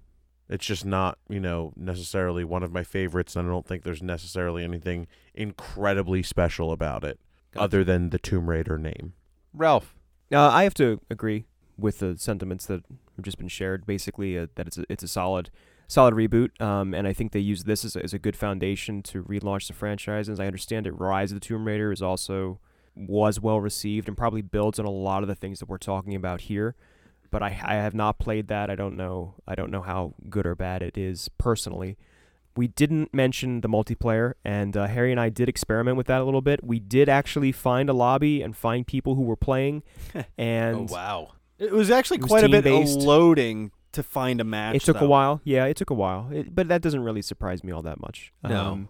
[SPEAKER 4] It's just not, you know, necessarily one of my favorites, and I don't think there's necessarily anything incredibly special about it
[SPEAKER 2] Gotcha.
[SPEAKER 4] other than the Tomb Raider name.
[SPEAKER 2] Ralph.
[SPEAKER 6] Uh, I have to agree with the sentiments that have just been shared. Basically, uh, that it's a, it's a solid solid reboot, um, and I think they use this as a, as a good foundation to relaunch the franchise. As I understand it, Rise of the Tomb Raider is also was well received and probably builds on a lot of the things that we're talking about here. But I, I have not played that. I don't know. I don't know how good or bad it is personally. We didn't mention the multiplayer, and uh, Harry and I did experiment with that a little bit. We did actually find a lobby and find people who were playing, and
[SPEAKER 2] oh wow.
[SPEAKER 1] It was actually
[SPEAKER 6] It was
[SPEAKER 1] quite a bit
[SPEAKER 6] team-based.
[SPEAKER 1] of loading to find a match.
[SPEAKER 6] it took
[SPEAKER 1] though.
[SPEAKER 6] a while. Yeah, it took a while, it, but that doesn't really surprise me all that much. Um,
[SPEAKER 2] No.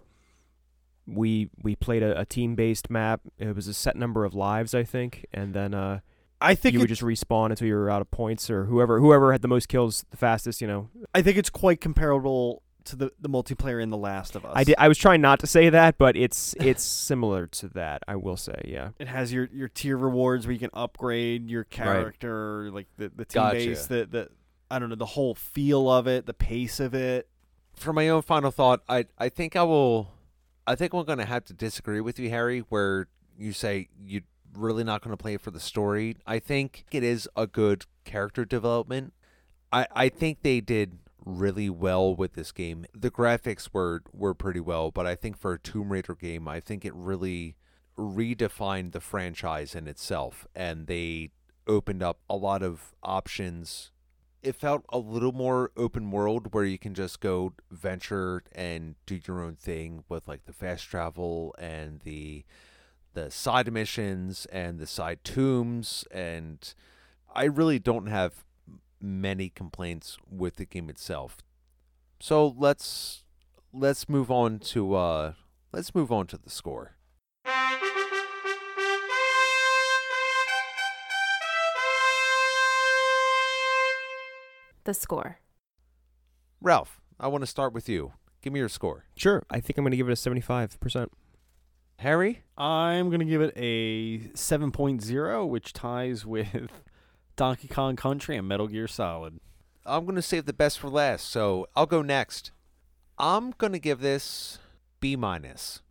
[SPEAKER 6] we we played a, a team based map. It was a set number of lives, I think, and then uh,
[SPEAKER 1] I think
[SPEAKER 6] you
[SPEAKER 1] it
[SPEAKER 6] would just respawn until you were out of points or whoever whoever had the most kills the fastest. You know,
[SPEAKER 1] I think it's quite comparable to the, the multiplayer in The Last of Us.
[SPEAKER 6] I did. I was trying not to say that, but it's it's similar to that. I will say, yeah.
[SPEAKER 1] it has your your tier rewards where you can upgrade your character, like the the team
[SPEAKER 2] Gotcha.
[SPEAKER 1] base, the the I don't know the whole feel of it, the pace of it.
[SPEAKER 2] For my own final thought, I I think I will. I think I'm going to have to disagree with you, Harry, where you say you're really not going to play for the story. I think it is a good character development. I I think they did really well with this game. The graphics were were pretty well, but I think for a Tomb Raider game, I think it really redefined the franchise in itself, and they opened up a lot of options it felt a little more open world where you can just go venture and do your own thing with like the fast travel and the the side missions and the side tombs and I really don't have many complaints with the game itself. So let's let's move on to uh let's move on to the score.
[SPEAKER 5] The score.
[SPEAKER 2] Ralph, I want to start with you. Give me your score.
[SPEAKER 6] Sure. I think I'm going to give it a 75%.
[SPEAKER 2] Harry?
[SPEAKER 1] I'm gonna give it a 7.0, which ties with Donkey Kong Country and Metal Gear Solid.
[SPEAKER 2] I'm going to save the best for last, so I'll go next. I'm going to give this B minus.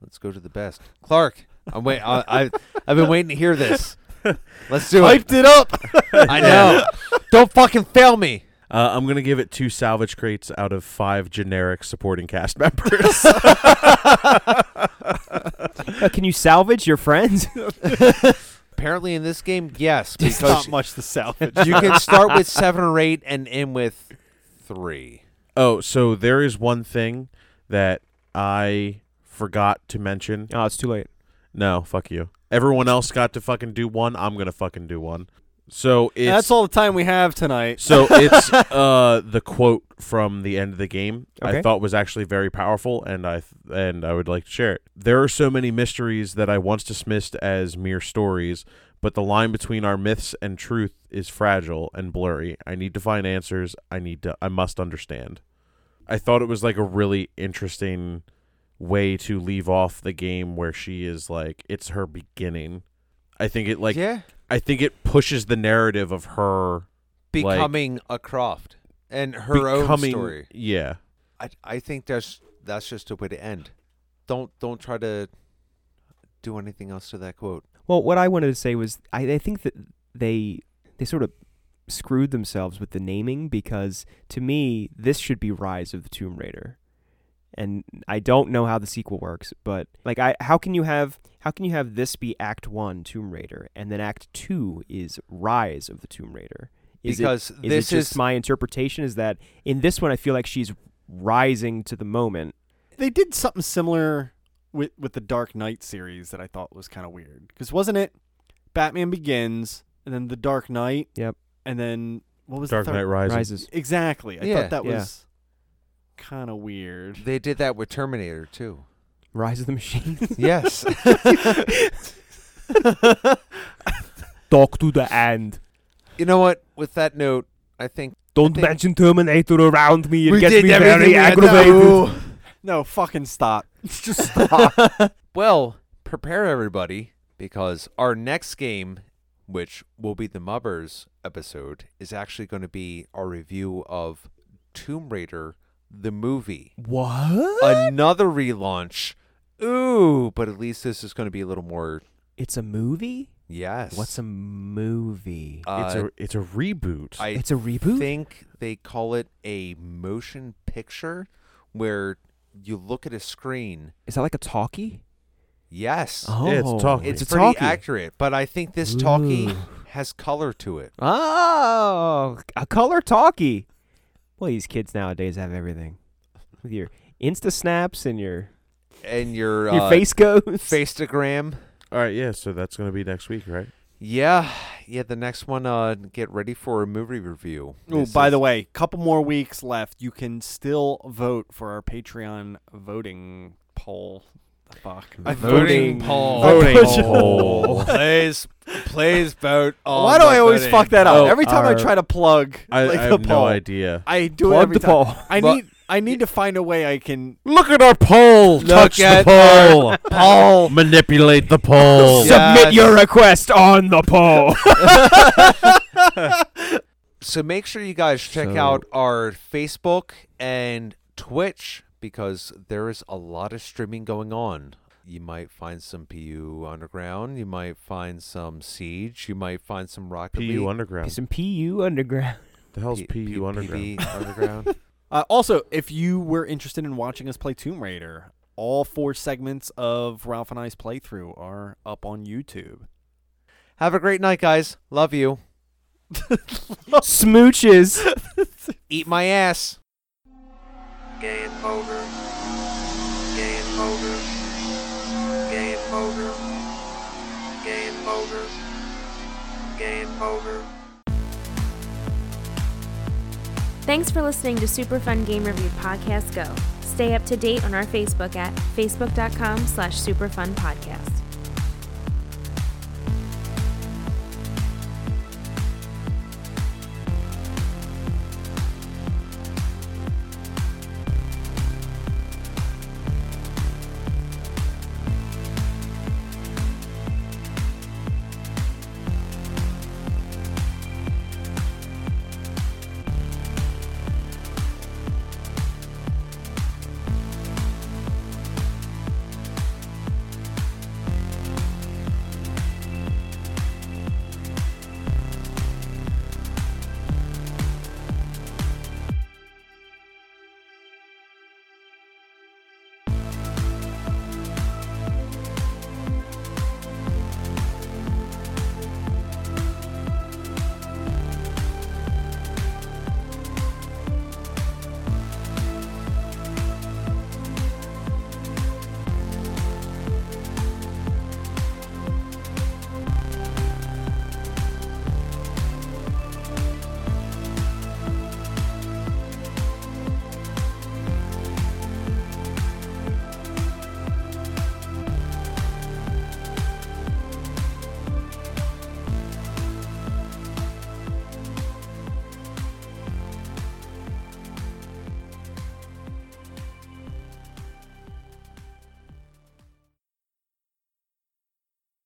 [SPEAKER 2] Let's go to the best. Clark, I'm wait. I, I, I've been waiting to hear this. Let's do it.
[SPEAKER 1] Hyped it up.
[SPEAKER 2] I know. Don't fucking fail me.
[SPEAKER 4] Uh, I'm gonna give it two salvage crates out of five generic supporting cast members.
[SPEAKER 6] Uh, can you salvage your friends?
[SPEAKER 2] Apparently, in this game, yes,
[SPEAKER 1] It's
[SPEAKER 2] because
[SPEAKER 1] not much to salvage.
[SPEAKER 2] you can start with seven or eight and end with three.
[SPEAKER 4] oh, so there is one thing that I forgot to mention.
[SPEAKER 6] oh, it's too late.
[SPEAKER 4] No, fuck you. Everyone else got to fucking do one. I'm gonna fucking do one. So it's
[SPEAKER 1] That's all the time we have tonight.
[SPEAKER 4] So it's uh, the quote from the end of the game. I
[SPEAKER 6] Okay.
[SPEAKER 4] thought was actually very powerful, and I th- and I would like to share it. There are so many mysteries that I once dismissed as mere stories, but the line between our myths and truth is fragile and blurry. I need to find answers. I need to. I must understand. I thought it was like a really interesting way to leave off the game where she is like it's her beginning. I think it like
[SPEAKER 2] yeah,
[SPEAKER 4] I think it pushes the narrative of her like-
[SPEAKER 2] becoming a Croft and her own
[SPEAKER 4] becoming-
[SPEAKER 2] story.
[SPEAKER 4] Yeah.
[SPEAKER 2] I, I think that's that's just a way to end. Don't don't try to do anything else to that quote.
[SPEAKER 6] Well, what I wanted to say was I, I think that they they sort of screwed themselves with the naming because to me this should be Rise of the Tomb Raider. And I don't know how the sequel works, but like I how can you have how can you have this be act 1 Tomb Raider and then act 2 is Rise of the Tomb Raider? Is it-
[SPEAKER 2] Because
[SPEAKER 6] is
[SPEAKER 2] this
[SPEAKER 6] it just
[SPEAKER 2] is-
[SPEAKER 6] my interpretation is that in this one I feel like she's rising to the moment.
[SPEAKER 1] they did something similar with with the Dark Knight series that I thought was kind of weird. Because wasn't it Batman Begins and then the Dark Knight?
[SPEAKER 6] Yep.
[SPEAKER 1] And then what was
[SPEAKER 4] Dark
[SPEAKER 1] the
[SPEAKER 4] Knight
[SPEAKER 1] third?
[SPEAKER 4] Rises.
[SPEAKER 6] Rises.
[SPEAKER 1] Exactly. I
[SPEAKER 2] Yeah,
[SPEAKER 1] thought that
[SPEAKER 6] yeah.
[SPEAKER 1] was kind of weird.
[SPEAKER 2] They did that with Terminator too.
[SPEAKER 6] Rise of the Machine.
[SPEAKER 2] yes.
[SPEAKER 6] Talk to the end.
[SPEAKER 2] You know what? With that note, I think
[SPEAKER 6] Don't
[SPEAKER 2] think-
[SPEAKER 6] mention Terminator around me. It
[SPEAKER 2] We
[SPEAKER 6] gets
[SPEAKER 2] did
[SPEAKER 6] me
[SPEAKER 2] everything we
[SPEAKER 6] very
[SPEAKER 2] had to
[SPEAKER 6] aggravated.
[SPEAKER 1] No, fucking stop. Just stop.
[SPEAKER 2] well, prepare everybody because our next game, which will be the Mubbers episode, is actually going to be our review of Tomb Raider the movie.
[SPEAKER 6] What?
[SPEAKER 2] Another relaunch. Ooh, but at least this is going to be a little more
[SPEAKER 6] It's a movie?
[SPEAKER 2] yes.
[SPEAKER 6] What's a movie?
[SPEAKER 4] it's
[SPEAKER 2] Uh,
[SPEAKER 4] a it's a reboot.
[SPEAKER 2] I
[SPEAKER 6] it's a reboot?
[SPEAKER 2] think they call it a motion picture where you look at a screen.
[SPEAKER 6] Is that like a talkie?
[SPEAKER 2] Yes.
[SPEAKER 6] Oh,
[SPEAKER 4] talkie.
[SPEAKER 2] It's,
[SPEAKER 6] It's a
[SPEAKER 2] pretty
[SPEAKER 6] talkie.
[SPEAKER 2] accurate, but I think this talkie
[SPEAKER 6] Ooh.
[SPEAKER 2] has color to it.
[SPEAKER 6] oh, a color talkie. Well, these kids nowadays have everything. With your Insta snaps and your
[SPEAKER 2] And your,
[SPEAKER 6] your
[SPEAKER 2] uh,
[SPEAKER 6] face goes.
[SPEAKER 2] Facegram.
[SPEAKER 4] all right, yeah. So that's gonna be next week, right?
[SPEAKER 2] Yeah. Yeah, the next one, uh, get ready for a movie review.
[SPEAKER 1] Oh,
[SPEAKER 2] This
[SPEAKER 1] by
[SPEAKER 2] is-
[SPEAKER 1] the way, couple more weeks left. You can still vote for our Patreon voting poll. The fuck.
[SPEAKER 2] Voting poll.
[SPEAKER 1] Voting
[SPEAKER 4] poll.
[SPEAKER 2] Please, please vote on
[SPEAKER 1] Why do I
[SPEAKER 2] the
[SPEAKER 1] always
[SPEAKER 2] voting.
[SPEAKER 1] fuck that up?
[SPEAKER 6] Oh,
[SPEAKER 1] every time I
[SPEAKER 6] our-
[SPEAKER 1] try to plug
[SPEAKER 4] I,
[SPEAKER 1] like,
[SPEAKER 4] I
[SPEAKER 1] the
[SPEAKER 4] have
[SPEAKER 1] poll,
[SPEAKER 4] no idea.
[SPEAKER 1] I do it
[SPEAKER 6] Plug
[SPEAKER 1] every
[SPEAKER 6] the
[SPEAKER 1] time.
[SPEAKER 6] poll.
[SPEAKER 1] I
[SPEAKER 2] Well-
[SPEAKER 1] need I need to find a way I can
[SPEAKER 4] Look at our poll.
[SPEAKER 2] Look
[SPEAKER 4] Touch the
[SPEAKER 2] at
[SPEAKER 4] poll.
[SPEAKER 2] Paul.
[SPEAKER 4] Manipulate the poll.
[SPEAKER 2] Yeah.
[SPEAKER 6] Submit
[SPEAKER 2] Yes.
[SPEAKER 6] your request on the poll.
[SPEAKER 2] So make sure you guys check
[SPEAKER 6] So-
[SPEAKER 2] out our Facebook and Twitch because there is a lot of streaming going on. You might find some PU Underground. You might find some Siege. You might find some Rocket
[SPEAKER 4] PU
[SPEAKER 2] League.
[SPEAKER 4] Underground.
[SPEAKER 6] Some PU underground.
[SPEAKER 4] The hell's
[SPEAKER 2] P- P-
[SPEAKER 4] PU Underground?
[SPEAKER 2] PB Underground.
[SPEAKER 1] Uh, also, if you were interested in watching us play Tomb Raider, all four segments of Ralph and I's playthrough are up on YouTube.
[SPEAKER 2] Have a great night, guys. Love you.
[SPEAKER 6] Smooches.
[SPEAKER 2] Eat my ass.
[SPEAKER 7] Game over. Game over. Game over. Game over. Game over.
[SPEAKER 5] Thanks for listening to Super Fun Game Review Podcast Go. Stay up to date on our Facebook at facebook.com slash superfunpodcast.